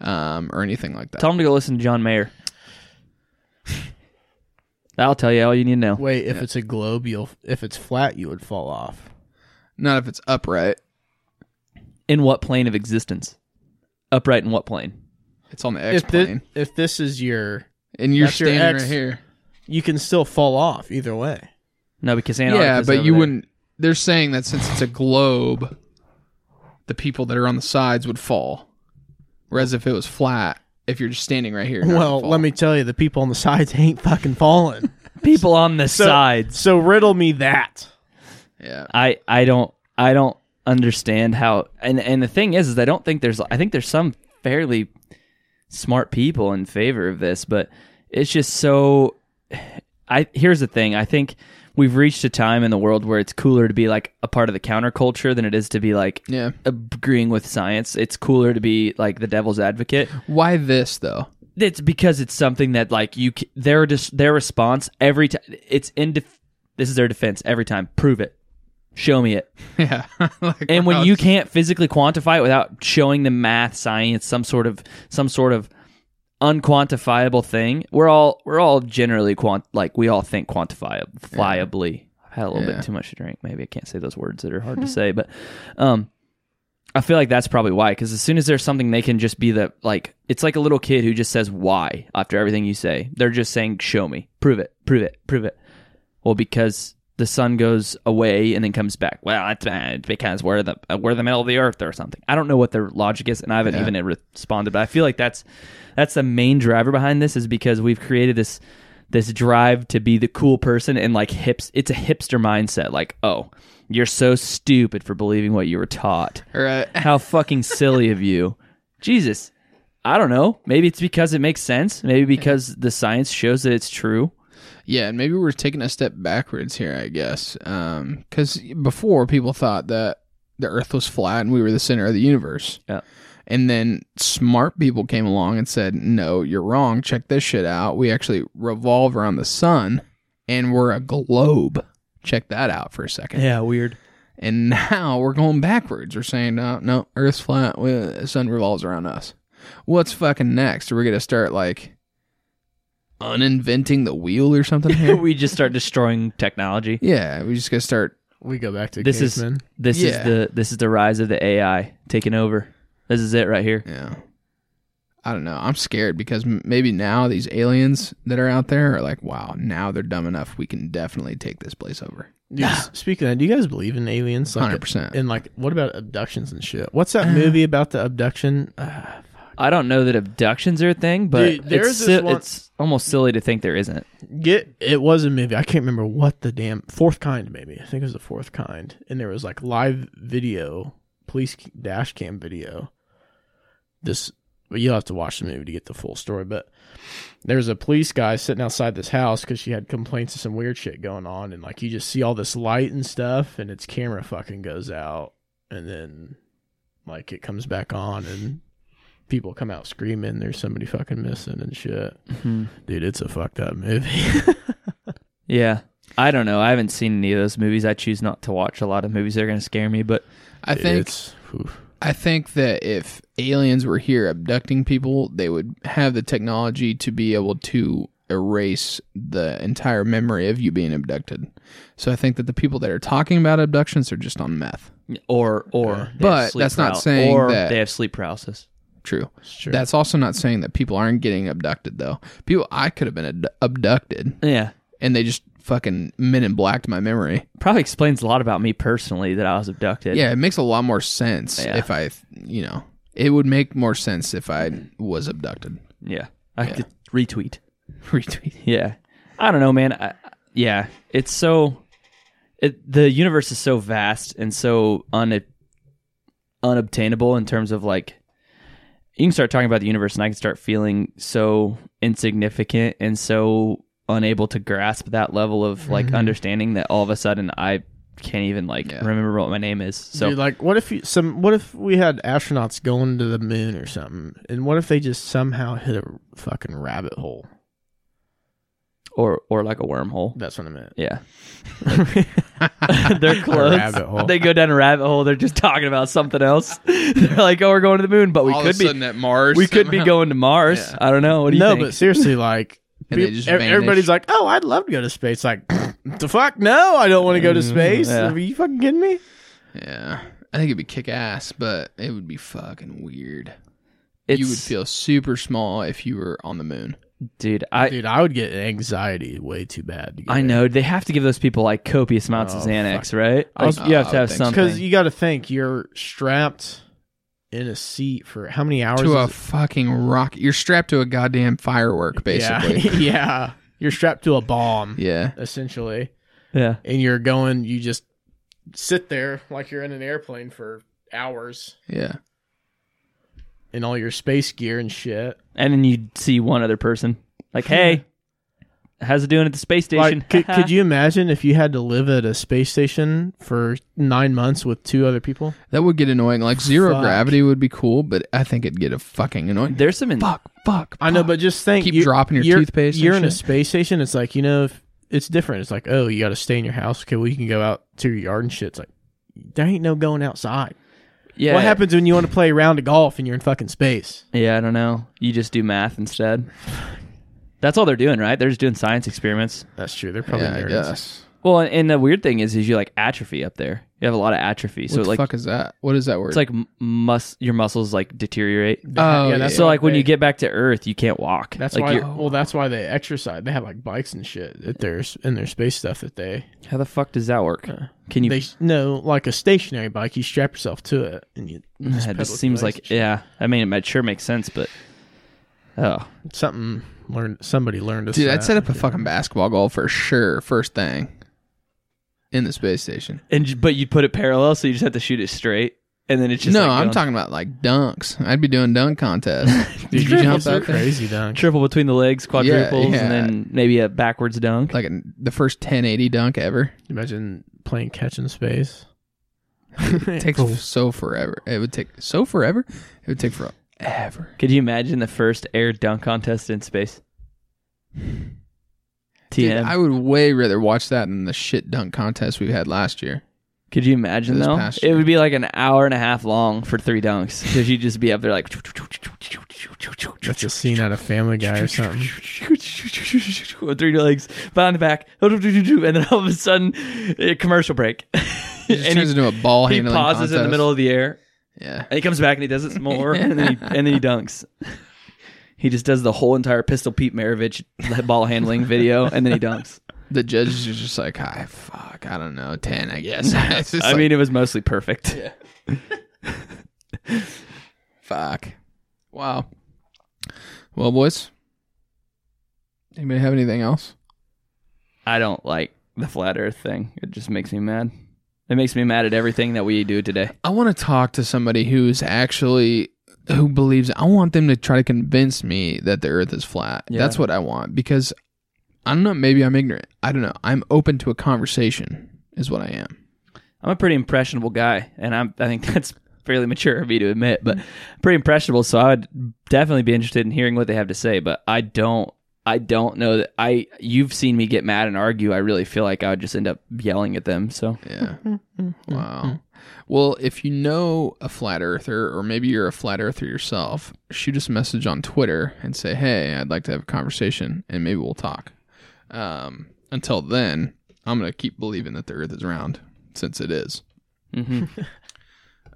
S2: um, or anything like that.
S3: Tell them to go listen to John Mayer. I'll tell you all you need to know.
S4: Wait, if it's a globe, you'll if it's flat, you would fall off.
S2: Not if it's upright.
S3: In what plane of existence? Upright in what plane?
S2: It's on the X
S4: If this,
S2: plane,
S4: if this is your,
S2: and you're
S4: that's your
S2: standing
S4: X.
S2: right here.
S4: you can still fall off either way.
S3: No, because
S2: yeah,
S3: Antarctica's
S2: but
S3: over
S2: you
S3: there.
S2: wouldn't. They're saying that since it's a globe, the people that are on the sides would fall. Whereas if it was flat, if you're just standing right here, you're not gonna
S4: Well,
S2: fall.
S4: let me tell you, the people on the sides ain't fucking falling.
S3: people on the
S4: So-
S3: sides.
S4: So riddle me that.
S2: Yeah,
S3: I I don't I don't understand how and and the thing is is I don't think there's I think there's some fairly smart people in favor of this, but it's just so I here's the thing. I think we've reached a time in the world where it's cooler to be like a part of the counterculture than it is to be like
S2: yeah.
S3: agreeing with science. It's cooler to be like the devil's advocate.
S2: Why this though?
S3: It's because it's something that like you c- their dis- their response every time it's in def- this is their defense every time. Prove it. Show me it.
S2: Yeah, like,
S3: And
S2: wow,
S3: when you can't physically quantify it without showing the math, science, some sort of some sort of unquantifiable thing, we're all we're all generally quant like we all think quantifiably. I've had a little
S2: Yeah.
S3: bit too much to drink. Maybe I can't say those words that are hard to say, but um, I feel like that's probably why. Because as soon as there's something, they can just be the like it's like a little kid who just says why after everything you say. They're just saying show me, prove it, prove it, prove it. Well, because the sun goes away and then comes back. Well, it's uh, because we're the uh, we're the middle of the earth or something. I don't know what their logic is, and I haven't
S2: Yeah.
S3: even responded. But I feel like that's that's the main driver behind this is because we've created this this drive to be the cool person and like hips. It's a hipster mindset. Like, oh, you're so stupid for believing what you were taught.
S2: All right.
S3: How fucking silly of you. Jesus. I don't know. Maybe it's because it makes sense. Maybe because the science shows that it's true.
S2: Yeah, and maybe we're taking a step backwards here, I guess. Because before people thought that the Earth was flat and we were the center of the universe.
S3: Yeah.
S2: And then smart people came along and said, no, you're wrong. Check this shit out. We actually revolve around the sun and we're a globe. Check that out for a second.
S3: Yeah, weird.
S2: And now we're going backwards. We're saying, no, no, Earth's flat. We, the sun revolves around us. What's fucking next? We're going to start like uninventing the wheel or something here?
S3: we just start destroying technology.
S2: Yeah, we just gotta start.
S4: We go back to
S3: This is-
S4: cavemen.
S3: This
S2: Yeah.
S3: is the this is the rise of the AI taking over. This is it right here.
S2: Yeah, I don't know. I'm scared because m- maybe now these aliens that are out there are like, wow, now they're dumb enough. We can definitely take this place over.
S4: Dude,
S3: Ah.
S4: s- speaking of that, do you guys believe in aliens? Like,
S2: Hundred percent.
S4: And like, what about abductions and shit? What's
S3: Uh.
S4: that movie about the abduction? Uh,
S3: I don't know that abductions are a thing, but
S4: Dude, there's
S3: it's,
S4: this
S3: si-
S4: one-
S3: it's almost silly to think there isn't.
S4: get it was a movie. I can't remember what the damn fourth kind maybe. I think it was the fourth kind, and there was like live video, police c- dash cam video. This, but you'll have to watch the movie to get the full story. But there's a police guy sitting outside this house because she had complaints of some weird shit going on, and like you just see all this light and stuff, and its camera fucking goes out, and then like it comes back on, and people come out screaming, "There's somebody fucking missing" and shit.
S3: Hmm.
S4: Dude, it's a fucked up movie.
S3: Yeah. I don't know. I haven't seen any of those movies. I choose not to watch a lot of movies that are going to scare me, but
S2: I think.
S4: It's- oof.
S2: I think that if aliens were here abducting people, they would have the technology to be able to erase the entire memory of you being abducted. So I think that the people that are talking about abductions are just on meth.
S3: or or they have
S2: But
S3: sleep
S2: that's not
S3: paral-
S2: saying
S3: or
S2: that-
S3: they have sleep paralysis.
S2: True.
S4: Sure.
S2: That's also not saying that people aren't getting abducted though. People, I could have been ad- abducted,
S3: Yeah.
S2: and they just fucking men in blacked my memory.
S3: Probably explains a lot about me personally that I was abducted.
S2: Yeah, it makes a lot more sense
S3: Yeah.
S2: if I, you know, it would make more sense if I was abducted.
S3: Yeah. I could retweet.
S2: Retweet.
S3: Yeah. I don't know, man. I, I- yeah. It's so it the universe is so vast and so un unobtainable in terms of like you can start talking about the universe and I can start feeling so insignificant and so unable to grasp that level of like
S4: Mm-hmm.
S3: understanding that all of a sudden I can't even like
S2: Yeah.
S3: remember what my name is. So
S4: Dude, like, what if you, some? What if we had astronauts going to the moon or something? And what if they just somehow hit a fucking rabbit hole?
S3: or or like a wormhole.
S4: That's what I meant.
S3: Yeah. They're close.
S4: rabbit hole.
S3: They go down a rabbit hole. They're just talking about something else. They're like, "Oh, we're going to the moon, but we
S2: All
S3: could
S2: of a
S3: be
S2: sudden at Mars.
S3: we could be
S2: somehow.
S3: going to Mars."
S2: Yeah.
S3: I don't know. What do you
S4: no,
S3: think?
S4: but seriously, like,
S2: and they just
S4: Ev-
S2: vanish.
S4: everybody's like, "Oh, I'd love to go to space." Like, the fuck? No, I don't want to go to space.
S3: yeah.
S4: Are you fucking kidding me?
S2: yeah. I think it'd be kick ass, but it would be fucking weird.
S3: It's,
S2: you would feel super small if you were on the moon.
S3: dude. I
S4: Dude, I would get anxiety way too bad. to get
S3: I
S4: there.
S3: know they have to give those people like copious amounts of
S4: Oh,
S3: Xanax, right? Like,
S2: was-
S3: you have
S2: I would
S3: to have
S2: think so.
S3: something.
S4: because you got to think you're strapped in a seat for how many hours?
S2: To a
S4: is it?
S2: fucking rocket. You're strapped to a goddamn firework, basically.
S4: yeah, yeah. You're strapped to a bomb
S2: yeah.
S4: essentially,
S3: yeah,
S4: and you're going. You just sit there like you're in an airplane for hours
S2: Yeah.
S4: in all your space gear and shit.
S3: and then you would see one other person, like, "Hey, how's it doing at the space station?"
S4: Like, could, could you imagine if you had to live at a space station for nine months with two other people?
S2: That would get annoying. Like zero
S4: Fuck.
S2: gravity would be cool, but I think it'd get a fucking annoying.
S3: There's some in-
S2: fuck, fuck.
S4: I know,
S2: fuck.
S4: but just think.
S2: Keep
S4: you-
S2: dropping your
S4: you're-
S2: toothpaste and
S4: You're in a
S2: shit.
S4: space station. It's like you know, if it's different. It's like oh, you got to stay in your house. Okay, well you can go out to your yard and shit. It's like there ain't no going outside.
S3: yeah,
S4: What happens when you want to play a round of golf and you're in fucking space?
S3: Yeah, I don't know. You just do math instead. That's all they're doing, right? They're just doing science experiments.
S4: That's true. They're probably
S2: yeah, I
S4: nerds.
S2: guess.
S3: Well, and, and the weird thing is, is you like atrophy up there. You have a lot of atrophy, so
S2: what the
S3: like
S2: fuck is that? What is that word?
S3: it's like m- mus your muscles like deteriorate.
S4: They
S2: Oh,
S4: have-
S2: yeah.
S4: that's
S3: So
S4: why
S3: like when
S4: they-
S3: you get back to Earth, you can't walk.
S4: That's
S3: like
S4: why.
S3: you're-
S4: Well, that's why they exercise. They have like bikes and shit. That there's in their space stuff that they
S3: How the fuck does that work? Can you?
S4: they no like a stationary bike. You strap yourself to it and you. just
S3: it
S4: pedal
S3: just seems
S4: place.
S3: like yeah. I mean, it might sure makes sense, but oh,
S4: something learned. Somebody learned. us
S2: Dude,
S4: that.
S2: I'd set up a fucking basketball goal for sure, first thing. In the space station.
S3: and j- but you put it parallel, so you just have to shoot it straight, and then it's just
S2: no,
S3: like,
S2: I'm
S3: going
S2: talking about like dunks. I'd be doing dunk contests.
S4: Dude,
S2: Did
S4: you
S2: you
S4: jump
S2: jump out there?
S4: crazy dunk.
S3: triple between the legs, quadruples,
S2: yeah.
S3: and then maybe a backwards dunk.
S2: Like a, the first 1080 dunk ever.
S4: Imagine playing catch in space.
S2: It takes
S3: Oh.
S2: so forever. It would take so forever. It would take forever.
S3: Could you imagine the first air dunk contest in space?
S2: Dude,
S3: TM.
S2: I would way rather watch that than the shit dunk contest we had last year.
S3: Could you imagine
S2: This
S3: though?
S2: past
S3: It
S2: year.
S3: would be like an hour and a half long for three dunks because you'd just be up there like.
S4: That's a scene out of Family Guy or something.
S3: With three legs behind the back, and then all of a sudden, a commercial break.
S2: It just
S3: And
S2: turns
S3: he,
S2: into a ball
S3: he
S2: handling
S3: pauses in the
S2: contest.
S3: middle of the air,
S2: Yeah.
S3: and he comes back and he does it some more, and then he, and then he dunks. He just does the whole entire Pistol Pete Maravich ball handling video, and then he dunks.
S2: The judge is just like, I fuck, I don't know, 10, I guess. It's just
S3: I
S2: like,
S3: mean, it was mostly perfect.
S2: fuck. Wow. Well, boys, anybody have anything else?
S3: I don't like the flat Earth thing. It just makes me mad. It makes me mad at everything that we do today.
S2: I want to talk to somebody who's actually who believes I want them to try to convince me that the earth is flat.
S3: Yeah.
S2: That's what I want because I don't know, maybe I'm ignorant. I don't know. I'm open to a conversation is what I am.
S3: I'm a pretty impressionable guy, and I'm. I think that's fairly mature of me to admit, but pretty impressionable. So I would definitely be interested in hearing what they have to say. But I don't. I don't know that I. You've seen me get mad and argue. I really feel like I would just end up yelling at them. So
S2: Yeah. wow. Well, if you know a flat earther or maybe you're a flat earther yourself, shoot us a message on Twitter and say, "Hey, I'd like to have a conversation and maybe we'll talk." Um, until then, I'm going to keep believing that the earth is round since it is.
S3: mhm.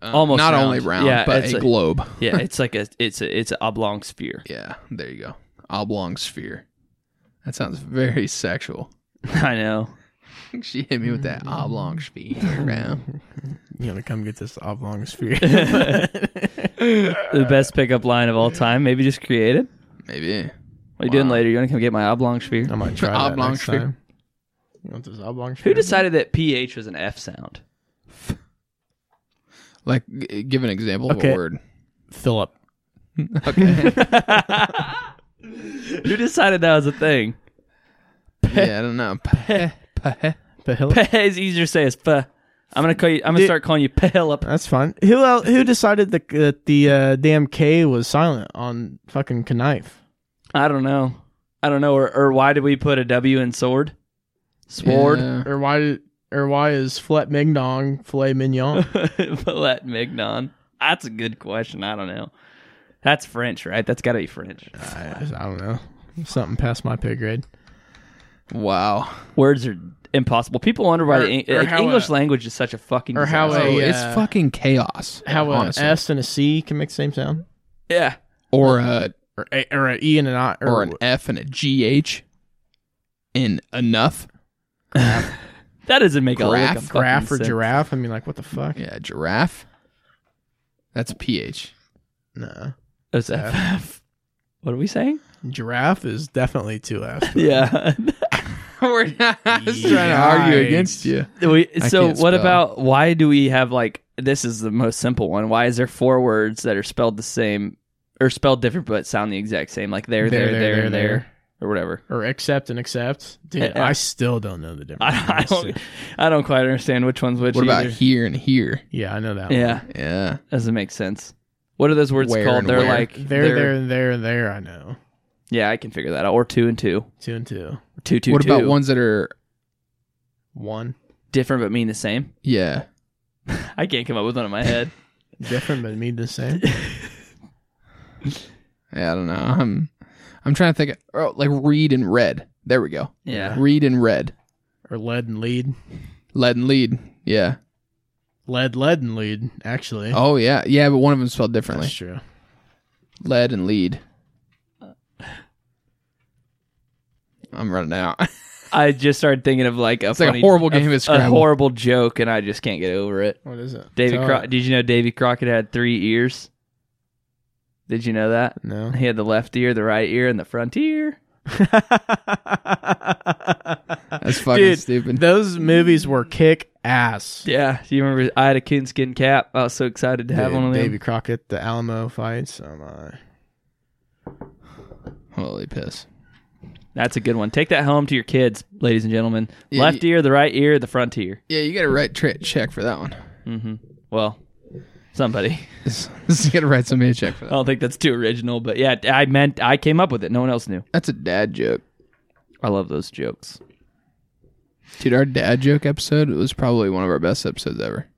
S2: Um,
S3: Almost
S2: not
S3: round.
S2: only round,
S3: Yeah,
S2: but
S3: it's
S2: a,
S3: a-
S2: globe.
S3: yeah, it's like a. It's a. It's an oblong sphere.
S2: Yeah, there you go. Oblong sphere. That sounds very sexual.
S3: I know.
S2: She hit me with that oblong sphere. man.
S4: You gotta come get this oblong sphere.
S3: The best pickup line of all time. Maybe just created.
S2: Maybe.
S3: What are you doing
S2: Wow.
S3: later? You want to come get my oblong sphere?
S4: I might try that
S2: Oblong
S4: next
S2: sphere.
S4: time. You want this oblong sphere?
S3: Who decided that PH was an F sound?
S2: Like, g- give an example of
S4: Okay.
S2: a word.
S4: Philip.
S2: Okay.
S3: Who decided that was a thing?
S2: yeah, I don't know. Peh, peh.
S4: Philip.
S3: Peh is easier to say as peh. I'm gonna call you. I'm gonna
S4: Dude.
S3: start calling you Pelop.
S4: That's fine. Who else, Who decided that that the uh, damn K was silent on fucking knife?
S3: I don't know. I don't know. Or, or why did we put a W in sword? Sword.
S2: Yeah.
S4: Or why? did- Or why is flat mignon filet mignon?
S3: Let Mignon. That's a good question. I don't know. That's French, right? That's got to be French.
S4: I, I don't know. Something past my pay grade.
S2: Wow.
S3: Words are impossible. People wonder why
S4: Or-
S3: the, Eng-
S4: or
S3: like,
S4: how
S3: English
S4: a-
S3: language is such a fucking.
S4: or how
S3: disaster.
S4: a-
S2: Oh,
S4: Yeah.
S2: it's fucking chaos.
S4: How an
S2: honestly.
S4: S and a C can make the same sound,
S3: yeah.
S2: or a
S4: or a, or an E and an I, or,
S2: or an F and a GH in enough.
S3: That doesn't make a lick
S2: Graph?
S3: of fucking
S4: giraffe or
S3: sense.
S4: giraffe. I mean, like what the fuck?
S2: Yeah, giraffe. That's a PH.
S4: No,
S3: It's FF. What are we saying?
S4: giraffe is definitely two F's.
S3: Yeah.
S2: We're not I was trying to argue
S4: Yikes.
S2: against you.
S3: we,
S2: I
S3: so
S2: can't
S3: what
S2: spell.
S3: about why do we have like this is the most simple one? Why is there four words that are spelled the same or spelled different but sound the exact same? Like there, there, there, there, there, or whatever.
S4: or accept and accept. Dude,
S3: Yeah.
S4: I still don't know the difference.
S3: I, I
S4: between those
S3: don't,
S4: two.
S3: I don't quite understand which one's which
S2: What about
S3: either.
S2: here and here?
S4: Yeah, I know that. one.
S3: Yeah,
S2: Yeah.
S3: doesn't make sense. What are those words
S2: Where
S3: called?
S2: and
S3: They're
S2: where.
S3: like
S4: there,
S3: they're-
S4: there, and there, and there. I know
S3: Yeah, I can figure that out. Or two and two,
S4: two and two,
S3: two, two,
S2: what about
S3: two.
S2: ones that are
S4: one
S3: different but mean the same?
S2: yeah.
S3: I can't come up with one in my head.
S4: different but mean the same.
S2: yeah I don't know. I'm I'm trying to think of, oh, like read and red. There we go.
S3: Yeah.
S2: Read and red.
S4: or lead and lead,
S2: Lead and lead. Yeah.
S4: lead, lead and lead. Actually,
S2: Oh yeah. Yeah, but one of them spelled differently.
S4: that's true.
S2: Lead and lead. I'm running out.
S3: I just started thinking of like a
S2: It's like a
S3: funny-
S2: horrible game of Scrabble.
S3: a horrible joke, and I just can't get over it.
S4: What is it?
S3: Davy
S4: Tell
S3: Cro-
S4: it.
S3: did you know Davy Crockett had three ears? Did you know that?
S4: No.
S3: He had the left ear, the right ear, and the front ear.
S2: That's fucking
S4: Dude,
S2: stupid.
S4: Those movies were kick ass.
S3: Yeah. Do you remember I had a coonskin cap? I was so excited to have
S4: Dude,
S3: one of them.
S4: Davy Crockett, the Alamo fights. Oh my.
S2: Holy piss.
S3: That's a good one. Take that home to your kids, ladies and gentlemen.
S2: Yeah,
S3: left ear, the right ear, the front ear.
S2: Yeah, you got to write tra- check for that one.
S3: hmm Well, somebody.
S2: you got to write somebody a check for
S3: I
S2: that.
S3: don't think that's too original, but yeah, I meant I came up with it. No one else knew.
S2: That's a dad joke,
S3: I love those jokes.
S2: dude. Our dad joke episode was probably one of our best episodes ever.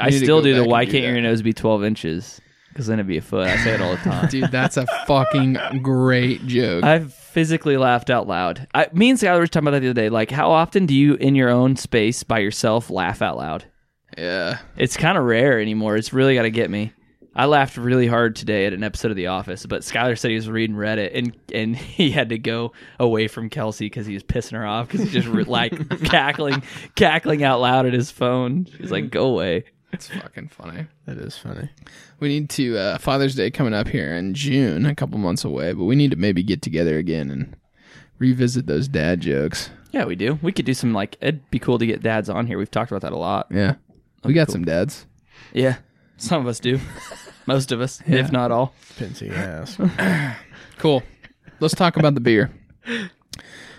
S3: I
S2: need to
S3: still
S2: go
S3: do the
S2: back and
S3: why
S2: do
S3: can't
S2: that.
S3: your nose be 12 inches? Because then it'd be a foot. I say it all the time.
S2: Dude, that's a fucking great joke.
S3: I've physically laughed out loud. I, me and Skylar were talking about that the other day. Like, how often do you, in your own space by yourself, laugh out loud?
S2: yeah,
S3: It's kind of rare anymore. It's really got to get me. I laughed really hard today at an episode of The Office, but Skylar said he was reading Reddit and and he had to go away from Kelsey because he was pissing her off because he just re- like cackling, cackling out loud at his phone. She's like, "Go away."
S2: it's fucking funny.
S4: That is funny.
S2: We need to uh, Father's Day coming up here in June, a couple months away, but we need to maybe get together again and revisit those dad jokes.
S3: Yeah, we do. We could do some like it'd be cool to get dads on here. We've talked about that a lot.
S2: Yeah, we got some dads.
S3: Yeah, some of us do. Most of us, if not all.
S4: Pinty ass.
S2: Cool. Let's talk about the beer.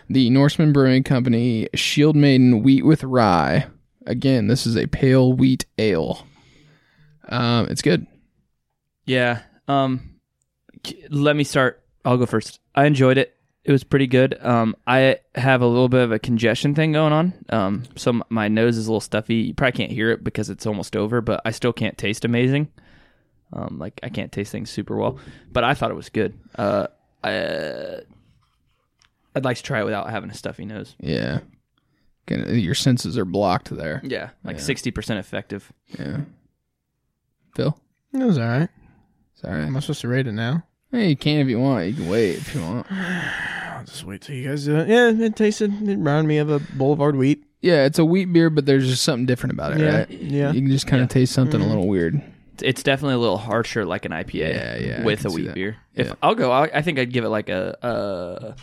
S2: The Norseman Brewing Company Shield Maiden Wheat with Rye. Again, this is a pale wheat ale. Um, it's good.
S3: Yeah. Um c- let me start. I'll go first. I enjoyed it. It was pretty good. Um I have a little bit of a congestion thing going on. Um so m- my nose is a little stuffy. You probably can't hear it because it's almost over, but I still can't taste amazing. Um like I can't taste things super well, but I thought it was good. Uh I I'd like to try it without having a stuffy nose.
S2: Yeah. Kinda- Your senses are blocked there.
S3: Yeah, like 60% effective.
S2: Yeah. Phil?
S4: It was all right.
S2: It's all right.
S4: Am I supposed to rate it now?
S2: Hey, you can if you want. You can wait if you want.
S4: I'll just wait till you guys do it. Yeah, it tasted. It reminded me of a Boulevard wheat.
S2: Yeah, it's a wheat beer, but there's just something different about it,
S4: Yeah,
S2: right?
S4: yeah. Mm-hmm.
S2: You can just kind of taste something a little weird.
S3: It's- It's definitely a little harsher, like an IPA.
S2: Yeah, yeah, I
S3: With
S2: can
S3: a
S2: see
S3: wheat
S2: that.
S3: beer.
S2: Yeah.
S3: If I'll go, I, I think I'd give it like a. Uh,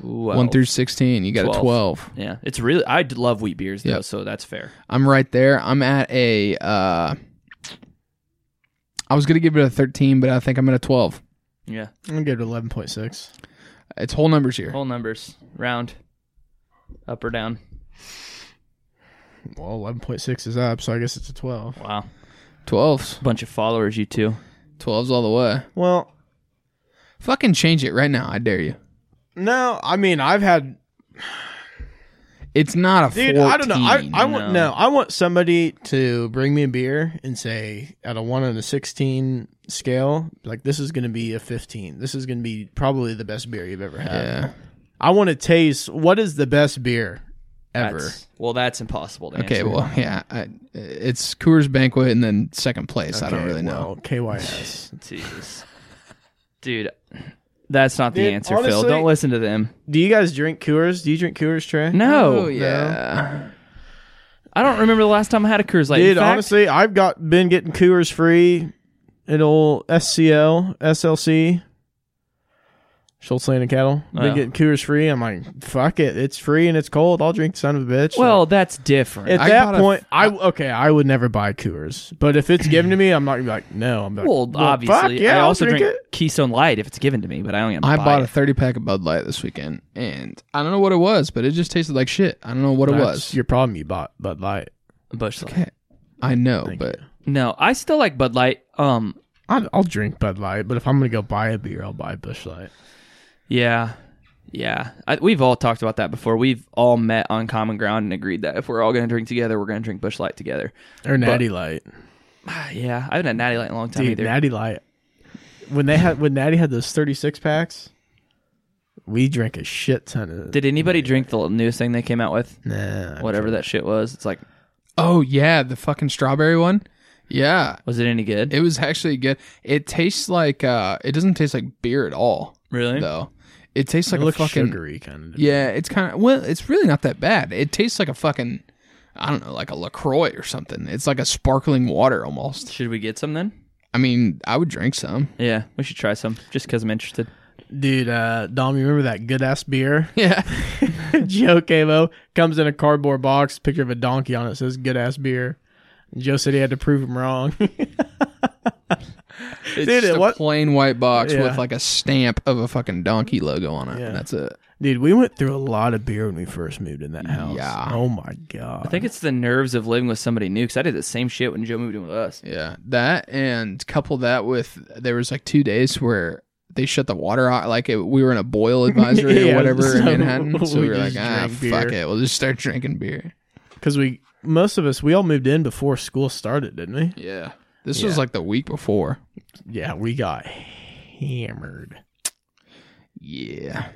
S3: 12.
S2: 1 through 16, you got a 12.
S3: Yeah, it's really. I d- love wheat beers though,
S2: Yep.
S3: so that's fair.
S2: I'm right there. I'm at a. Uh, I was gonna give it a 13, but I think I'm at a 12.
S3: Yeah,
S4: I'm gonna give it eleven point six.
S2: It's whole numbers here.
S3: whole numbers, round, up or down.
S4: Well, eleven point six is up, so I guess it's a twelve.
S3: Wow,
S2: 12s,
S3: bunch of followers, you two.
S2: 12s all the way.
S4: Well,
S2: Fucking change it right now. I dare you.
S4: no, I mean I've had
S2: It's not a
S4: Dude,
S2: 14.
S4: I don't know. I, I want
S3: no.
S4: no. I want somebody to bring me a beer and say at a one and a sixteen scale, like this is going to be a fifteen. This is going to be probably the best beer you've ever had.
S2: yeah.
S4: I want to taste what is the best beer ever.
S3: That's, well, that's impossible to
S2: Okay,
S3: answer.
S2: well, yeah. I, it's Coors Banquet and then second place. I don't
S4: Okay,
S2: really know.
S4: well, KYS.
S3: Jesus. Dude, that's not the
S4: Dude,
S3: answer, Phil.
S4: honestly-
S3: Don't listen to them.
S4: Do you guys drink Coors? Do you drink Coors, Trey?
S3: No.
S2: Oh, yeah.
S3: I don't remember the last time I had a cruise light. In
S4: Dude,
S3: fact,
S4: honestly, I've got been getting Coors free at old SCL, SLC, Schultz Land and Cattle.
S3: Yeah.
S4: Been getting Coors free. I'm like, fuck it, it's free and it's cold. I'll drink, son of a bitch.
S3: Well, that's different.
S4: at
S2: I
S4: that
S2: bought a-
S4: point, I okay, I would never buy Coors, but if it's given to me, I'm not gonna be like, no, I'm like,
S3: well, obviously,
S4: fuck yeah,
S3: I
S4: I'll
S3: also
S4: drink
S3: drink,
S4: it.
S3: Keystone Light if it's given to me, but I only.
S2: I bought a
S3: it.
S2: 30 pack of Bud Light this weekend, and I don't know what it was, but it just tasted like shit. I don't know what it
S4: That's
S2: was.
S4: your problem. You bought Bud Light.
S3: Bush Light.
S2: okay. I know,
S4: Thank
S2: but
S3: No, I still like Bud Light. Um,
S4: I'll, I'll drink Bud Light, but if I'm gonna go buy a beer, I'll buy Bush Light.
S3: yeah, yeah. I, we've all talked about that before. We've all met on common ground and agreed that if we're all going to drink together, we're going to drink Bush Light together. Ah,
S4: Or Natty Light.
S3: yeah, I haven't had Natty Light in a long time
S4: Dude,
S3: either.
S4: Natty Light. When they had when Natty had those thirty six packs, we drank a shit ton of.
S3: Did anybody drink the newest thing they came out with?
S4: nah,
S3: Whatever that shit was. It's like,
S2: oh yeah, the fucking strawberry one. Yeah,
S3: was it any good?
S2: it was actually good. It tastes like uh, it doesn't taste like beer at all
S3: really?
S2: though. It tastes
S4: It
S2: like a
S4: looked
S2: fucking
S4: sugary kind of.
S2: yeah. It's kind of well, it's really not that bad. It tastes like a fucking I don't know, like a Lacroix or something. It's like a sparkling water almost.
S3: Should we get some then?
S2: I mean, I would drink some.
S3: Yeah, we should try some just because I'm interested.
S4: Dude, uh, Dom, you remember that good ass beer?
S2: Yeah,
S4: Joe Camo comes in a cardboard box, picture of a donkey on it says good ass beer. Joe said he had to prove him wrong.
S2: it's
S4: Dude,
S2: just
S4: it
S2: a
S4: wa-
S2: plain white box
S4: Yeah.
S2: with like a stamp of a fucking donkey logo on it.
S4: Yeah.
S2: That's it.
S4: Dude, we went through a lot of beer when we first moved in that house.
S2: Yeah.
S4: Oh my
S3: I
S4: god.
S3: think it's the nerves of living with somebody new because I did the same shit when Joe moved in with us.
S2: Yeah, that and couple that with there was like two days where they shut the water off, like it, we were in a boil advisory
S4: Yeah,
S2: or whatever
S4: so
S2: in Manhattan. So we,
S4: we
S2: were like,
S4: just
S2: ah,
S4: drank
S2: fuck
S4: beer."
S2: it, we'll just start drinking beer.
S4: Because we most of us we all moved in before school started, didn't we?
S2: Yeah, this was like the week before.
S4: Yeah, we got hammered.
S2: Yeah,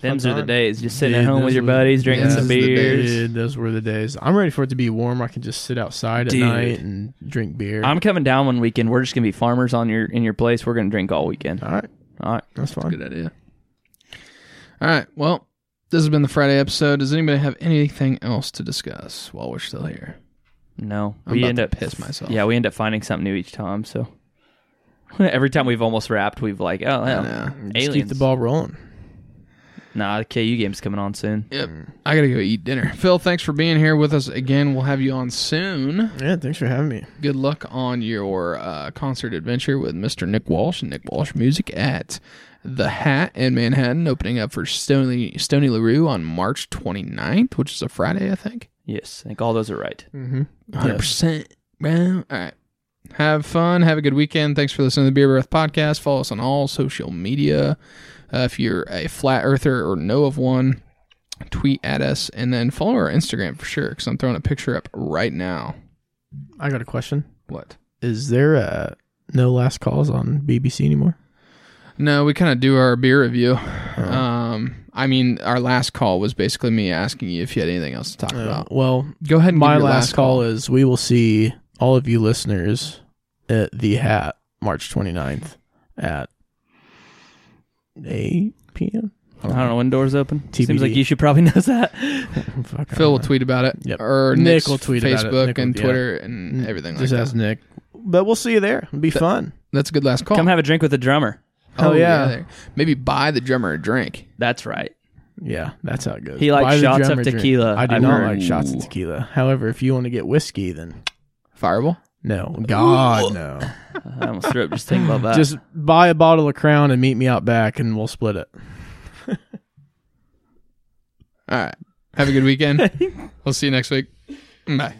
S3: Them's
S4: Fun
S3: are the
S4: time.
S3: days, just sitting
S4: Dude,
S3: at home
S4: those
S3: with your
S4: were the-
S3: buddies, drinking
S2: yeah,
S3: some
S2: those are the
S3: beers.
S4: Dude, those were the days. I'm ready for it to be warm. I can just sit outside at
S3: Dude.
S4: night and drink beer.
S3: I'm coming down one weekend. We're just gonna be farmers on your in your place. We're gonna drink all weekend.
S4: all right.
S3: All right.
S4: That's fine.
S2: good idea. All right, well, this has been the Friday episode. Does anybody have anything else to discuss while we're still here?
S3: No,
S2: I'm
S3: we
S2: about
S3: end
S2: to
S3: up
S2: piss myself.
S3: Yeah, we end up finding something new each time. So every time we've almost wrapped, we've like, oh, yeah,
S2: know.
S3: aliens.
S4: Just keep the ball rolling.
S3: Nah, the KU game's coming on soon.
S2: Yep, I gotta go eat dinner. Phil, thanks for being here with us again. We'll have you on soon.
S4: Yeah, thanks for having me.
S2: good luck on your uh, concert adventure with Mr. Nick Walsh and Nick Walsh Music at the Hat in Manhattan, opening up for Stony Stony LaRue on March 29th, which is a Friday, I think.
S3: Yes, I think all those are right.
S4: Mm-hmm.
S2: 100%. bro. All right. Have fun. Have a good weekend. Thanks for listening to the Beer Breath Podcast. Follow us on all social media. Uh, if you're a flat earther or know of one, tweet at us and then follow our Instagram for sure because I'm throwing a picture up right now.
S4: I got a question.
S2: What?
S4: Is there uh, no last calls on BBC anymore?
S2: No, we kind of do our beer review.
S4: Uh-huh.
S3: Uh,
S4: Uh,
S2: Um, I mean, our last call was basically me asking you if you had anything else to talk about.
S4: well,
S2: Go ahead and
S4: my
S2: give your
S4: last, call is we will see all of you listeners at the hat March 29th at 8 p.m.
S3: I don't know when doors open. Seems
S4: TBD.
S3: like you should probably know that.
S4: Fuck, I
S2: Phil will
S4: don't know.
S2: tweet about it,
S4: Uh-huh. Yep.
S2: or
S4: Nick
S2: Nick's
S4: will tweet about it.
S2: Facebook
S4: Nick will-
S2: and
S4: yeah. Mm-hmm.
S2: Twitter and everything like
S4: Just
S2: that.
S4: ask Nick. But we'll see you there. It'll be fun.
S2: That's a good last call.
S3: Come have a drink with the drummer.
S2: oh
S4: Oh, yeah.
S2: there. maybe buy the drummer a drink.
S3: That's right.
S4: Yeah, that's how it goes.
S3: He likes
S4: Buy the
S3: shots of
S4: drummer drink.
S3: tequila,
S4: I do
S3: I've
S4: not
S3: heard.
S4: like shots of
S2: Ooh.
S4: tequila. However, if you want to get whiskey, then
S2: Fireball.
S4: no. God, no.
S3: I almost threw up just thinking about that.
S4: Just buy a bottle of Crown and meet me out back, and we'll split it.
S2: All right. Have a good weekend. we'll see you next week. Bye.